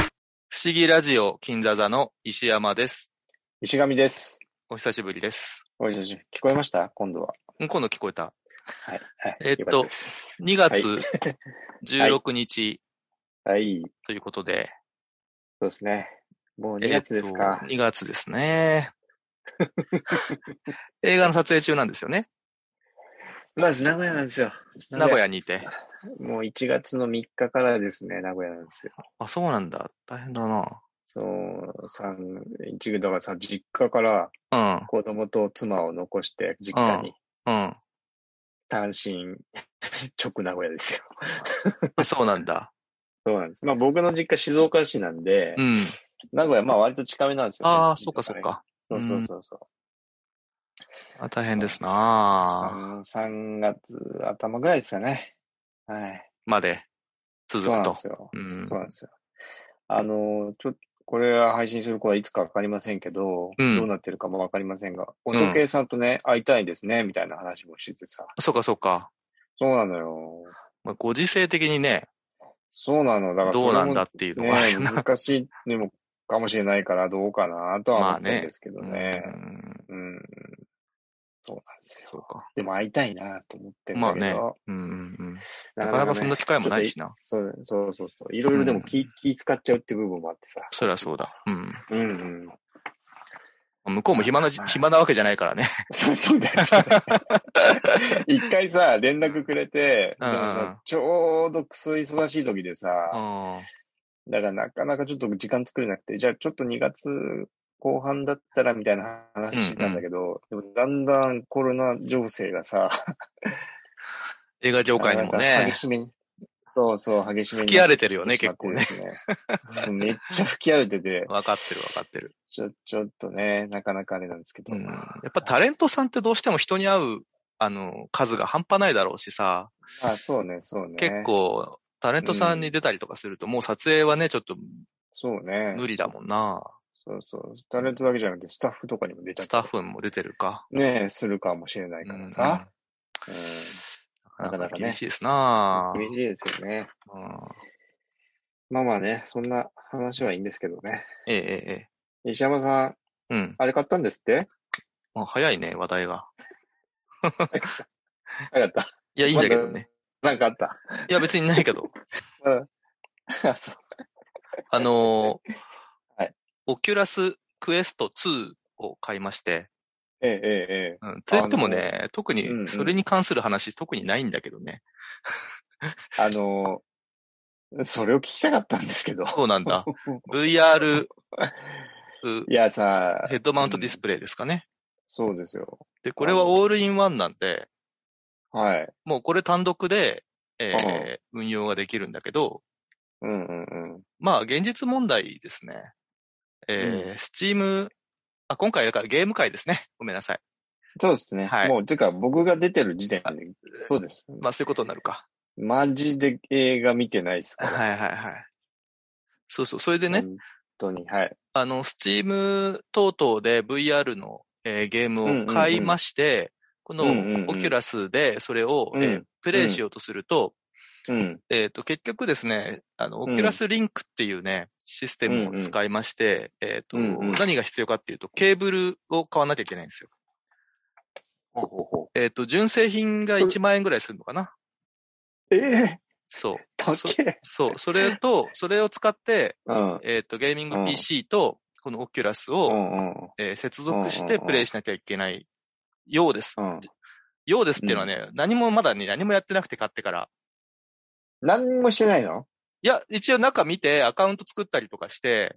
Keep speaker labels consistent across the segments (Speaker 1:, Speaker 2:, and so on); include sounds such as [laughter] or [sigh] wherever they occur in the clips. Speaker 1: 思議ラジオ金座座の石山です。
Speaker 2: 石神です。
Speaker 1: お久しぶりです。
Speaker 2: おいしょ聞こえました今度は。
Speaker 1: うん今度聞こえた。
Speaker 2: はい。はい
Speaker 1: えっと
Speaker 2: よかたです
Speaker 1: 2
Speaker 2: はい
Speaker 1: 月16日
Speaker 2: はい。そ
Speaker 1: ということで。
Speaker 2: うですね。もう2月ですか。
Speaker 1: えっと ?2 月です
Speaker 2: [laughs]
Speaker 1: ね。映画の撮影中なんですよね。
Speaker 2: まず名古屋なんですよ。
Speaker 1: 名古屋にいて。
Speaker 2: もう1月の3日からですね、名古屋なんですよ。
Speaker 1: あ、そうなんだ。大変だな。
Speaker 2: そう、三、一月だからさ、実家から
Speaker 1: うん、
Speaker 2: 子供と妻を残して、実家に
Speaker 1: うん。
Speaker 2: 単身直名古屋ですよ。
Speaker 1: あ、そう
Speaker 2: [laughs]
Speaker 1: なんだ。
Speaker 2: そうなんです。まあ僕の実家静岡市なんで、
Speaker 1: うん。
Speaker 2: 名古屋まあ割と近めなんですよ、
Speaker 1: ああ、そっかそっ。か。
Speaker 2: そうそうそうそう。
Speaker 1: あ大変ですな。
Speaker 2: 3, 月頭ぐらいですかね。はい。
Speaker 1: まで続
Speaker 2: そうな
Speaker 1: く
Speaker 2: んで
Speaker 1: と。
Speaker 2: すよ。
Speaker 1: うん
Speaker 2: そうなんですよ。あの、ちょっと、これは配信する子はいつかわかりませんけど、
Speaker 1: うん
Speaker 2: どうなってるかもわかりませんが、
Speaker 1: ん
Speaker 2: 音系さんとね、会いたいですね、みたいな話もしててさ。
Speaker 1: そうかそうか。
Speaker 2: そうなのよ。
Speaker 1: まあご時世的にね、
Speaker 2: そうなの。だから
Speaker 1: どうなんだっ
Speaker 2: そ
Speaker 1: ていう
Speaker 2: れ
Speaker 1: の
Speaker 2: も
Speaker 1: があ
Speaker 2: ね、
Speaker 1: るな。
Speaker 2: 難しいでも、かもしれないから、どうかな、とは思ってるんですけどね。
Speaker 1: うん
Speaker 2: うん。そうなんですよ。
Speaker 1: そうか。
Speaker 2: でも会いたいな、と思ってるんだけど。
Speaker 1: まあうんうんうん。
Speaker 2: な
Speaker 1: なかなかそんな機会もないしな。
Speaker 2: そうそうそうそう。いろいろでも気,、気使っちゃうって部分もあってさ。
Speaker 1: そりゃそうだ。うん。
Speaker 2: うんうん。
Speaker 1: 向こうも暇なじ、暇なわけじゃないからね。
Speaker 2: そうそうだよ、そ
Speaker 1: [laughs]
Speaker 2: うだよ。一回さ、連絡くれて、
Speaker 1: うん
Speaker 2: でもさ、ちょうどクソ忙しい時で
Speaker 1: う
Speaker 2: さ、
Speaker 1: ん。
Speaker 2: だからなかなかちょっと時間作れなくて、じゃあちょっと2月後半だったらみたいな話してたんだけど、でもだんだんコロナ情勢がさ、
Speaker 1: 映画業界にも
Speaker 2: なかなか
Speaker 1: ね
Speaker 2: 激、しめに。そうそう、激しめに。
Speaker 1: 吹き荒れてるよね、
Speaker 2: しま
Speaker 1: 結
Speaker 2: っ
Speaker 1: 構
Speaker 2: てで
Speaker 1: ね。
Speaker 2: すね。 [laughs] めっちゃ吹き荒れ
Speaker 1: [laughs]
Speaker 2: てて、
Speaker 1: わかってるわかってる。
Speaker 2: ちょ、ちょっとね、なかなかあれなんですけど。
Speaker 1: うん。やっぱタレントさんってどうしても人に会う、あの、数が半端ないだろうしさ、
Speaker 2: あ、そうね、そうね。
Speaker 1: 結。構、タレントさんに出たりとかすると、もう撮影はね、ちょっと
Speaker 2: そうね。
Speaker 1: 無理だもんな。
Speaker 2: そうそう。タレントだけじゃなくて、スタッフとかにも出たり
Speaker 1: スタッフも出てるか。
Speaker 2: ねえ、するかもしれないからさ。うん。
Speaker 1: うん、なかなか厳しいです
Speaker 2: 難
Speaker 1: な
Speaker 2: しいですよね。
Speaker 1: うん
Speaker 2: まあまあね、そんな話はいいんですけどね。
Speaker 1: ええええ
Speaker 2: 石山さん、
Speaker 1: ええ。うん。
Speaker 2: あれ買ったんですって
Speaker 1: あ早いね、話題が。
Speaker 2: あれ買った。
Speaker 1: いや、いいんだけどね。
Speaker 2: なんかあった。
Speaker 1: [laughs] いや、別にないけど。
Speaker 2: あ、 [laughs] そう。
Speaker 1: あのー
Speaker 2: [laughs] はい
Speaker 1: オキュラスクエスト2を買いまして、
Speaker 2: ええ、ええ、え
Speaker 1: うん、と言ってもね、特
Speaker 2: うんう
Speaker 1: に
Speaker 2: ん
Speaker 1: それに関する話、特にないんだけどね。
Speaker 2: え。あのーそれを聞きたかったんですけど。
Speaker 1: そうなん
Speaker 2: [laughs]
Speaker 1: だ。VR う
Speaker 2: いやさ、
Speaker 1: ヘッドマウントディスプレイですかね。
Speaker 2: そうですよ。
Speaker 1: で、これはオールインワンなんで、
Speaker 2: はい。
Speaker 1: もうこれ単独で、えー
Speaker 2: あ
Speaker 1: 運用ができるんだけど、
Speaker 2: うんうんうん。
Speaker 1: まあ、現実問題ですね。えー、スチーム、あ、今回だからゲーム会ですね。 [laughs] ごめんなさい。
Speaker 2: そうですね。
Speaker 1: はい
Speaker 2: もう、てか、僕が出てる時点で、そうです。
Speaker 1: まあ、そういうことになる
Speaker 2: [laughs]
Speaker 1: か。
Speaker 2: マジで映画見てないっすから。
Speaker 1: はいはいはい。そうそう。それでね、
Speaker 2: 本当に、はい。
Speaker 1: あの、スチーム等々で VR の、えーゲームを買いまして、
Speaker 2: うんうんうん
Speaker 1: このオキュラスでそれを、
Speaker 2: うん
Speaker 1: えープレイしようとすると、
Speaker 2: うん。
Speaker 1: えっ、と、結局ですね、あの、
Speaker 2: う
Speaker 1: オ
Speaker 2: ん
Speaker 1: キュラスリンクっていうね、システムを使いまして、えっ、と、
Speaker 2: うんうん
Speaker 1: 何が必要かっていうと、ケーブルを買わなきゃいけないんですよ。
Speaker 2: ほうほうほ
Speaker 1: えっ、と、純正品が1万円ぐらいするのかな
Speaker 2: う。ええ
Speaker 1: そう。
Speaker 2: たっ
Speaker 1: そ
Speaker 2: け
Speaker 1: そう。それと、それを使って、
Speaker 2: うん。
Speaker 1: えっ、と、ゲーミング PC と、このオキュラスを、
Speaker 2: うんうん。
Speaker 1: えー接続し
Speaker 2: うん
Speaker 1: て
Speaker 2: うんうん
Speaker 1: プレイしなきゃいけないようです。
Speaker 2: うん。
Speaker 1: ようですっていうのはね、何もまだね、何もやってなくて買ってから。
Speaker 2: 何もしてないの
Speaker 1: いや、一応中見てアカウント作ったりとかして、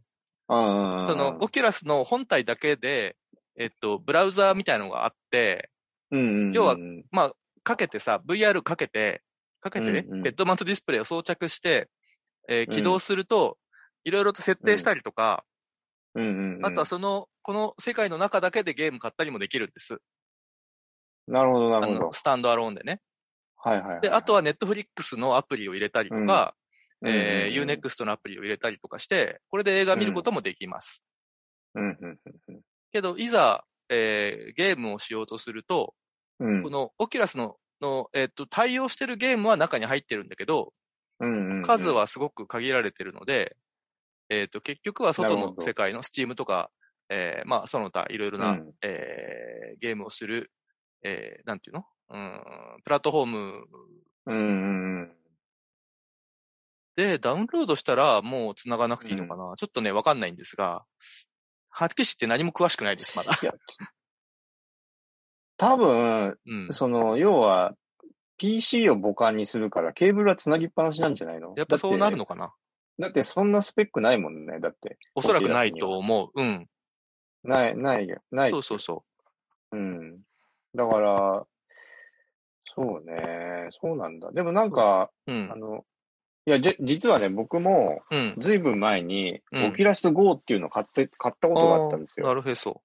Speaker 2: うんうんうん。
Speaker 1: その、オキュラスの本体だけで、えっと、ブラウザーみたいのがあって、
Speaker 2: うんうんうん。
Speaker 1: 要は
Speaker 2: うん
Speaker 1: まあ、かけてさ、VR かけて、かけてね、
Speaker 2: うんうん
Speaker 1: ヘッドマウントディスプレイを装着して、えー
Speaker 2: うん
Speaker 1: 起動すると、いろいろと設定したりとか、
Speaker 2: うんうん。
Speaker 1: あとはその、この世界の中だけでゲーム買ったりもできるんです。
Speaker 2: なるほど、な
Speaker 1: あ
Speaker 2: るほど
Speaker 1: の、。スタンドアローンでね。
Speaker 2: はいはい。
Speaker 1: で、あとはネットフリックスのアプリを入れたりとか、
Speaker 2: うん、
Speaker 1: えー、
Speaker 2: うん
Speaker 1: UNEXT のアプリを入れたりとかして、これで映画見ることもできます。
Speaker 2: うんうん
Speaker 1: けど、いざ、えー、ゲームをしようとすると、
Speaker 2: うん。うん
Speaker 1: このオキュラスの、の、えっと、対応してるゲームは中に入ってるんだけど、
Speaker 2: うんうんうん
Speaker 1: 数はすごく限られてるので、えっ、と、結局は外
Speaker 2: なる
Speaker 1: の
Speaker 2: ほど
Speaker 1: 世界の Steam とか、えーまあ、その他いろいろな、
Speaker 2: うん
Speaker 1: えーゲームをする、えーなんていうのうん、プラットフォーム
Speaker 2: うんうんうん。
Speaker 1: で、ダウンロードしたらもう繋がなくていいのかな、ちょっとね、わかんないんですが、はっきり知って何も詳しくないです、まだ。
Speaker 2: いや多分、 [laughs]
Speaker 1: うん。
Speaker 2: その、要は、PC を母艦にするから、ケーブルは繋ぎっぱなしなんじゃないの
Speaker 1: やっぱそうなるの
Speaker 2: だって
Speaker 1: かな
Speaker 2: だってそんなスペックないもんね。だって。
Speaker 1: おそらくないと思う。うん。
Speaker 2: ない、ないよ、ないっす
Speaker 1: そ
Speaker 2: よ。
Speaker 1: うそうそう
Speaker 2: ん。だから、そうね、そうなんだ。でもなんか、
Speaker 1: う。う
Speaker 2: あ
Speaker 1: ん。
Speaker 2: の、いや、じゃ、実はね、僕も、
Speaker 1: うん。
Speaker 2: ずいぶん前に、
Speaker 1: うん
Speaker 2: オキュラス GO っていうのを買って、買ったことがあったんです
Speaker 1: あー
Speaker 2: よ。
Speaker 1: なるへそ。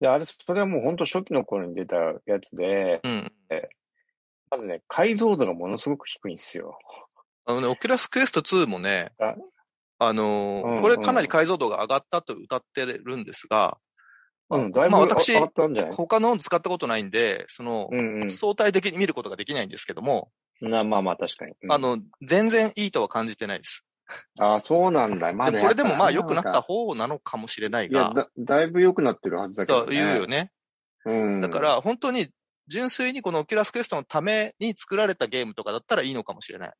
Speaker 2: で、あれ、それはもう本当初期の頃に出たやつで、
Speaker 1: うん。
Speaker 2: まずね、解像度がものすごく低いんですよ。
Speaker 1: あのね、オキュラスクエスト2もね
Speaker 2: あ、
Speaker 1: あのー
Speaker 2: うん
Speaker 1: これかなり解像度が上がったと歌ってるんですが、まあ
Speaker 2: うん、だいぶ
Speaker 1: まあ
Speaker 2: 上
Speaker 1: 私
Speaker 2: がったんじゃない
Speaker 1: 他の使ったことないんで、その
Speaker 2: う、んう
Speaker 1: 相対的に見ることができないんですけども、
Speaker 2: ん。な、まあまあ確かに。うん
Speaker 1: あ、の、全然いいとは感じてないです。
Speaker 2: あそうなんだ。まあ
Speaker 1: でこれでもまあ良くなった
Speaker 2: い
Speaker 1: 方なのかもしれない
Speaker 2: や
Speaker 1: が、
Speaker 2: だ、だいぶ良くなってるはずだけど、
Speaker 1: と
Speaker 2: ね。
Speaker 1: いうよ。ね。
Speaker 2: うん。
Speaker 1: だか、ら本当に純粋にこのオキュラスクエストのために作られたゲームとかだったらいいのかもしれない。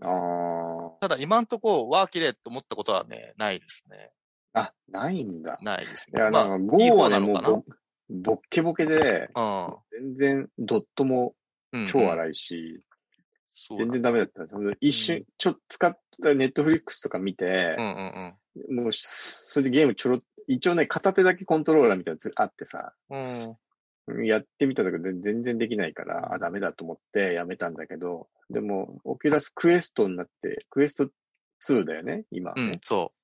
Speaker 2: あー
Speaker 1: ただ今んとこ、わあ、綺麗と思ったことはね、ないですね。
Speaker 2: あ、ないんだ。
Speaker 1: ないです
Speaker 2: い
Speaker 1: ね。
Speaker 2: や、
Speaker 1: ま
Speaker 2: な
Speaker 1: あ
Speaker 2: んか GO はね、
Speaker 1: いい方な
Speaker 2: も
Speaker 1: の
Speaker 2: う
Speaker 1: かな
Speaker 2: ぼ、ぼっけぼけで、全然ドットも
Speaker 1: うん。
Speaker 2: 超
Speaker 1: い。
Speaker 2: 荒いし、
Speaker 1: そうだ
Speaker 2: 全然ダメだったんですほんと一
Speaker 1: う
Speaker 2: 瞬、ちょっと使ったネットフリックスとか見て
Speaker 1: う、んうん
Speaker 2: もうし、それでゲームちょろ、一応ね、片手だけコントローラーみたいなやつあってさ、
Speaker 1: うん。うん。
Speaker 2: やってみたんだけど、全全然できないから、あ、ダメだと思ってやめたんだけど、でも、オキュラスクエストになって、クエスト2だよね、今
Speaker 1: う
Speaker 2: ね
Speaker 1: ん、そ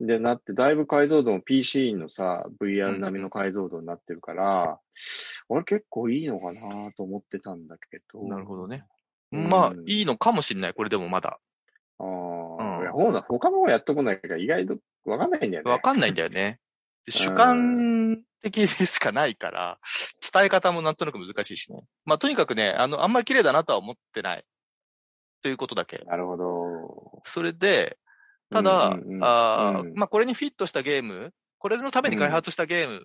Speaker 2: で、なって、だいぶ解像度も PC のさ、
Speaker 1: う
Speaker 2: VR
Speaker 1: ん
Speaker 2: 並みの解像度になってるから、俺結構いいのかなと思ってたんだけど。
Speaker 1: う。なるほどね。
Speaker 2: うん
Speaker 1: まあ、いいのかもしれない。これでもまだ。
Speaker 2: ああ、
Speaker 1: うん
Speaker 2: いや、ほうな、他の方やっとこないから意外とわかんないんだよね。
Speaker 1: わかんないんだよね。で主観的でしかないから、伝え方もなんとなく難しいしね。まあ、とにかくね、あの、あんまり綺麗だなとは思ってない。ということだけ。
Speaker 2: なるほど。
Speaker 1: それで、ただ、
Speaker 2: うんうんうん
Speaker 1: あー
Speaker 2: うん
Speaker 1: まあ、これにフィットしたゲーム、これのために開発したゲーム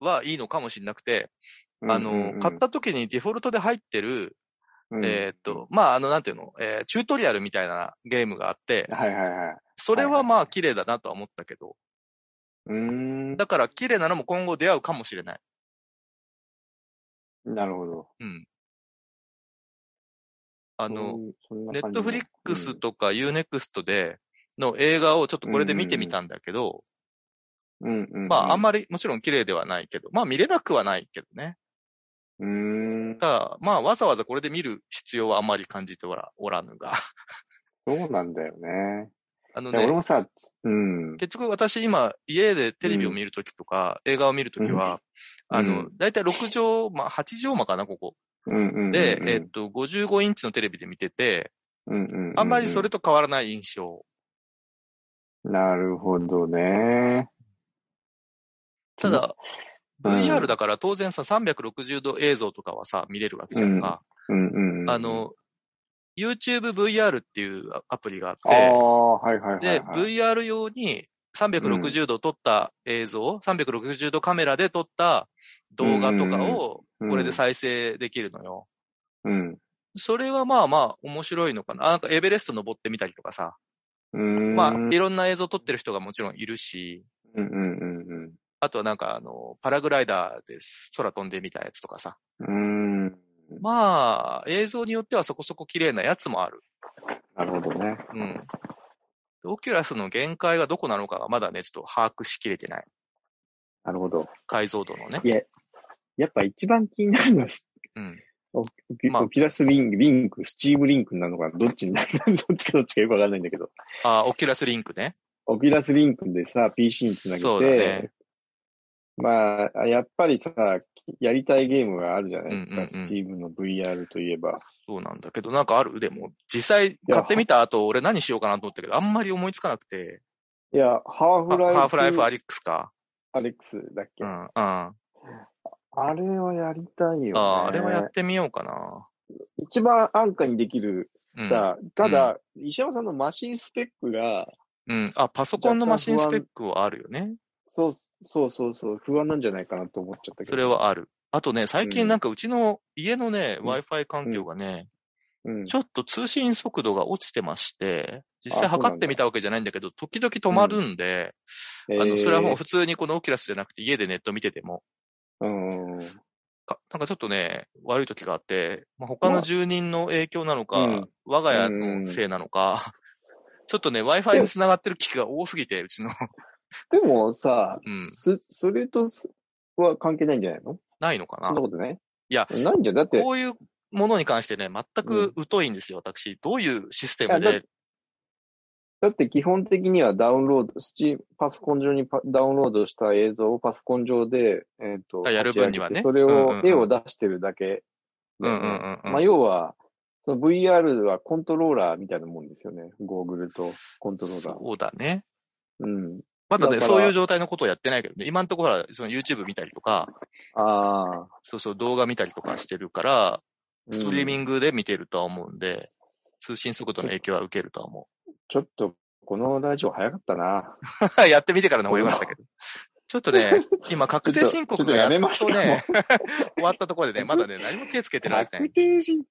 Speaker 1: はいいのかもしれなくて、あの、買った時にデフォルトで入ってる、
Speaker 2: うん
Speaker 1: えーっと、、まあ、あの、なんていうの、えーチュートリアルみたいなゲームがあって、
Speaker 2: はいはいはい。
Speaker 1: それはまあ、綺麗だなとは思ったけど、
Speaker 2: うーん、
Speaker 1: だから綺麗なのも今後出会うかもしれない。
Speaker 2: なるほど。
Speaker 1: うん。あ
Speaker 2: あ
Speaker 1: の、、
Speaker 2: そん
Speaker 1: ネ
Speaker 2: な
Speaker 1: ッ
Speaker 2: 感
Speaker 1: ト
Speaker 2: じ
Speaker 1: フリック
Speaker 2: う
Speaker 1: ス
Speaker 2: ん
Speaker 1: とか UNEXT で、の映画をちょっとこれで見てみたんだけど、
Speaker 2: うんうんうん、
Speaker 1: まあ、あんまり、もちろん綺麗ではないけど、まあ、見れなくはないけどね。
Speaker 2: うーん、
Speaker 1: ただ、まあ、わざわざこれで見る必要はあまり感じておらおらぬが。 [laughs]
Speaker 2: そうなんだよね。
Speaker 1: あの
Speaker 2: いや俺
Speaker 1: ね、
Speaker 2: もさ、うん、
Speaker 1: 結局私今、家でテレビを見るときとか、映画を見るときは、
Speaker 2: うん
Speaker 1: あ
Speaker 2: う
Speaker 1: の、だいたい6畳、まあ、8畳間かな、ここ。
Speaker 2: うんうんうんうん。
Speaker 1: で、えっと、55インチのテレビで見てて、
Speaker 2: うんうんうん、
Speaker 1: あんまりそれと変わらない印象。
Speaker 2: なるほどね。
Speaker 1: ただ、
Speaker 2: うん
Speaker 1: VR だから当然さ、360度映像とかはさ、見れるわけじゃんか。
Speaker 2: うんうんうん。
Speaker 1: あ、の、YouTube VR っていうアプリがあっ
Speaker 2: あ
Speaker 1: て、
Speaker 2: あ、はいはいはい、
Speaker 1: で、
Speaker 2: はい。
Speaker 1: VR 用に360度撮った映像、360度カメラで撮った動画とかをこれで再生できるのよ。
Speaker 2: うん、
Speaker 1: それはまあまあ面白いのかな。あなんかエベレスト登ってみたりとかさ。
Speaker 2: うん。
Speaker 1: ま
Speaker 2: うん
Speaker 1: あいろんな映像撮ってる人がもちろんいるし、
Speaker 2: うんうん
Speaker 1: あとはなんかあの、パラグライダーで空飛んでみたやつとかさ。
Speaker 2: うん。うん。
Speaker 1: まあ映像によってはそこそこ綺麗なやつもある。
Speaker 2: なるほどね。
Speaker 1: うん。オキュラスの限界がどこなのかがまだね、ちょっと把握しきれてない。
Speaker 2: なるほど。
Speaker 1: 解像度のね。
Speaker 2: いや、やっぱ一番気になるのは、
Speaker 1: うん。
Speaker 2: ピ
Speaker 1: まあ
Speaker 2: オキュラスリンク、リンク、スチームリンクなのか、どっちになる [laughs] どっちかどっちかよくわかんないんだけど、
Speaker 1: あー、オキュラスリンクね。
Speaker 2: オキュラスリンクでさ、PC につなげ
Speaker 1: そうだ
Speaker 2: て、
Speaker 1: ね
Speaker 2: まあ、やっぱりさ、やりたいゲームがあるじゃないです
Speaker 1: う
Speaker 2: か、
Speaker 1: んうんうん
Speaker 2: スチームの VR といえば。
Speaker 1: そうなんだけど、なんかあるでも、実際買ってみた後、俺何しようかなと思ったけど、あんまり思いつかなくて。
Speaker 2: いや、ハー
Speaker 1: あ
Speaker 2: フライフ。
Speaker 1: ハーフライフアリックスか。
Speaker 2: アレックスだっけ、
Speaker 1: うん、うん。あ
Speaker 2: あれはやりたいよ、ね。
Speaker 1: あー、あれはやってみようかな。
Speaker 2: 一番安価にできる
Speaker 1: うん、
Speaker 2: さ、ただ、石山さんのマシンスペックが、
Speaker 1: うん。あ、パソコンのマシンスペックはあるよね。
Speaker 2: そう、そうそうそう、不安なんじゃないかなと思っちゃったけど。
Speaker 1: それ。はある。あとね、最
Speaker 2: う
Speaker 1: 近
Speaker 2: ん
Speaker 1: なんかうちの家のね、
Speaker 2: うん
Speaker 1: Wi-Fi 環境がね、
Speaker 2: うん。
Speaker 1: ちょっと通信速度が落ちてまして、実際
Speaker 2: あそうなんだ
Speaker 1: 測ってみたわけじゃないんだけど、時々止まるんで、あの、それはもう普通にこのオキュラスじゃなくて家でネット見てても、
Speaker 2: えー、うん。うん
Speaker 1: かなんかちょっとね、悪い時があって、まあ、他の住人の影響なのか、
Speaker 2: うん
Speaker 1: 我が家のせいなのか、 [laughs] ちょっとね、Wi-Fi に繋がってる機器が多すぎて、うちの、 [laughs]
Speaker 2: でもさ、
Speaker 1: うん
Speaker 2: すそれとすは関係ないんじゃないの
Speaker 1: ないのか
Speaker 2: そ
Speaker 1: な
Speaker 2: んな。ことない
Speaker 1: いや
Speaker 2: ないんじゃ、だって、
Speaker 1: こういうものに関してね、全く疎いんですよ、私。どういうシステム
Speaker 2: いやだ
Speaker 1: で
Speaker 2: っ。だって基本的にはダウンロード、スチパソコン上にパダウンロードした映像をパソコン上で、えっ、と、
Speaker 1: あやる分にはね
Speaker 2: 立ち上げて
Speaker 1: うん
Speaker 2: そ
Speaker 1: うん
Speaker 2: れ
Speaker 1: うん
Speaker 2: を、絵を出してるだけ
Speaker 1: う
Speaker 2: だ
Speaker 1: ん
Speaker 2: よ
Speaker 1: う
Speaker 2: ね。
Speaker 1: んうん
Speaker 2: まあ、
Speaker 1: うん。
Speaker 2: 要は、その VR はコントローラーみたいなもんですよね。ゴーグルとコントローラー。
Speaker 1: そうだね。
Speaker 2: うん。
Speaker 1: まだね、
Speaker 2: だから
Speaker 1: そういう状態のことをやってないけどね、今のところはその YouTube 見たりとか、
Speaker 2: ああ。
Speaker 1: そうそう動画見たりとかしてるから、ストリーミ
Speaker 2: グ。
Speaker 1: ングで見てるとは思うんで、通信速度の影響は受けるとは思
Speaker 2: ちょっと、このラジオ早かったな。
Speaker 1: う。 [laughs] やってみてからの方が良かったけど。ちょっとね、今確定申告がやっとね、
Speaker 2: ちょっとやめます
Speaker 1: [laughs] 終わったところで
Speaker 2: [laughs]
Speaker 1: ね、まだね、何も手つけてられてな
Speaker 2: 確
Speaker 1: い。
Speaker 2: 定申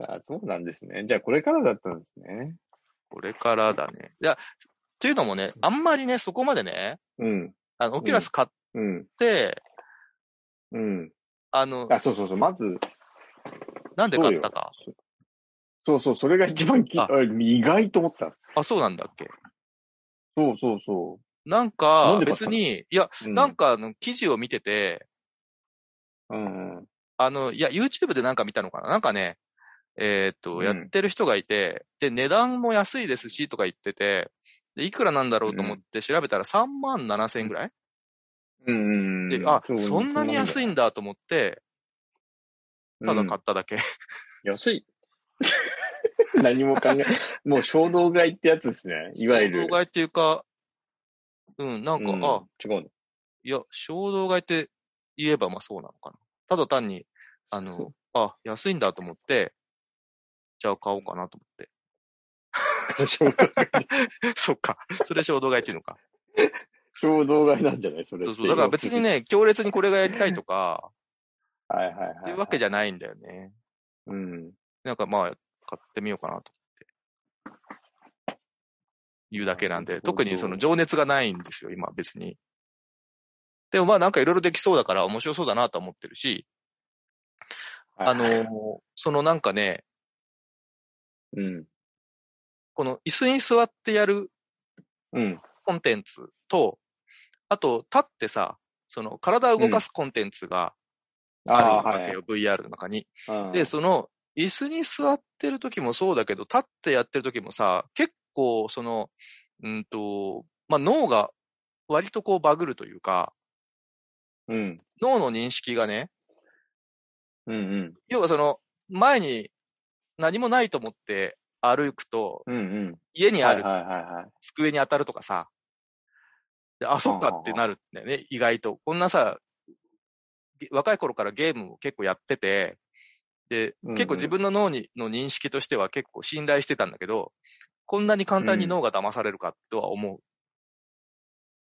Speaker 2: あーそうなんですね。じゃあ、これからだったんですね。
Speaker 1: これからだね。いや、というのもね、あんまりね、そこまでね、
Speaker 2: うん。
Speaker 1: あの、オキュラス買っ
Speaker 2: うん。
Speaker 1: て、
Speaker 2: うん。
Speaker 1: あの、
Speaker 2: あ、そうそうそう。まず、
Speaker 1: なんで買ったか。
Speaker 2: そうそう、それが一番き
Speaker 1: あ
Speaker 2: あ意外と思った。
Speaker 1: あ、そうなんだっけ。
Speaker 2: そうそうそ
Speaker 1: なん
Speaker 2: な
Speaker 1: か
Speaker 2: ん、で買っ
Speaker 1: 別
Speaker 2: たの
Speaker 1: に、いや、
Speaker 2: う。う
Speaker 1: なん、かあの記事を見てて、
Speaker 2: うんうん。
Speaker 1: あの、いや、YouTube でなんか見たのかななんかね、えーっと、
Speaker 2: うん
Speaker 1: やってる人がいて、で、値段も安いですし、とか言ってて、で、いくらなんだろうと思って調べたら3万7千円ぐらい、
Speaker 2: うんうん。
Speaker 1: で、あ、そんなに安いん
Speaker 2: だ。
Speaker 1: だと思って、ただ
Speaker 2: うん
Speaker 1: 買っただけ。
Speaker 2: 安い。 [laughs] 何
Speaker 1: [laughs]
Speaker 2: も考え、もう衝動買いってやつですね。いわゆる。
Speaker 1: 衝動買いっていうか、うん、なんか、
Speaker 2: うん
Speaker 1: あ、
Speaker 2: 違うの。
Speaker 1: いや、衝動買いって言えばまあそうなのかな。ただ単に、あ
Speaker 2: そ
Speaker 1: の
Speaker 2: う、
Speaker 1: あ、安いんだと思って、じゃあ買おうかなと思って。 [laughs]
Speaker 2: 衝動買い
Speaker 1: そっか。それ衝動買いっていうのか。
Speaker 2: 衝動買いなんじゃないそれ
Speaker 1: そ
Speaker 2: っ
Speaker 1: う
Speaker 2: て。
Speaker 1: そう。だから別にね、強烈にこれがやりたいとか、
Speaker 2: はいはいはい。
Speaker 1: っていうわけじゃないんだよね。
Speaker 2: うん。
Speaker 1: なんかまあ、買ってみようかなと思って。言うだけなん
Speaker 2: な
Speaker 1: で、
Speaker 2: るほど
Speaker 1: 特にその情熱がないんですよ、今別に。でもまあなんかいろいろできそうだから面白そうだなとは思ってるし、あの、そのなんかね、
Speaker 2: うん。
Speaker 1: この椅子に座ってやる
Speaker 2: うん。
Speaker 1: コンテンツと、あと立ってさ、その体を動かすコンテンツがある
Speaker 2: あ
Speaker 1: わ
Speaker 2: あ、は
Speaker 1: け
Speaker 2: い
Speaker 1: よ、。VR の中に。
Speaker 2: うん
Speaker 1: で、その、椅子に座ってる時もそうだけど、立ってやってる時もさ、結構、その、うんと、まあ、脳が割とこうバグるというか、
Speaker 2: うん。
Speaker 1: 脳の認識がね、
Speaker 2: うんうん。
Speaker 1: 要はその、前に何もないと思って歩くと、
Speaker 2: うんうん。
Speaker 1: 家にある
Speaker 2: はいはいはいはい。
Speaker 1: 机に当たるとかさ、であ、そっかってなるんだよね、意外と。こんなさ、げ若い頃からゲームを結構やってて、で
Speaker 2: うんう、ん
Speaker 1: 結構自分の脳にの認識としては結構信頼してたんだけど、こんなに簡単に脳が騙されるかとは思う。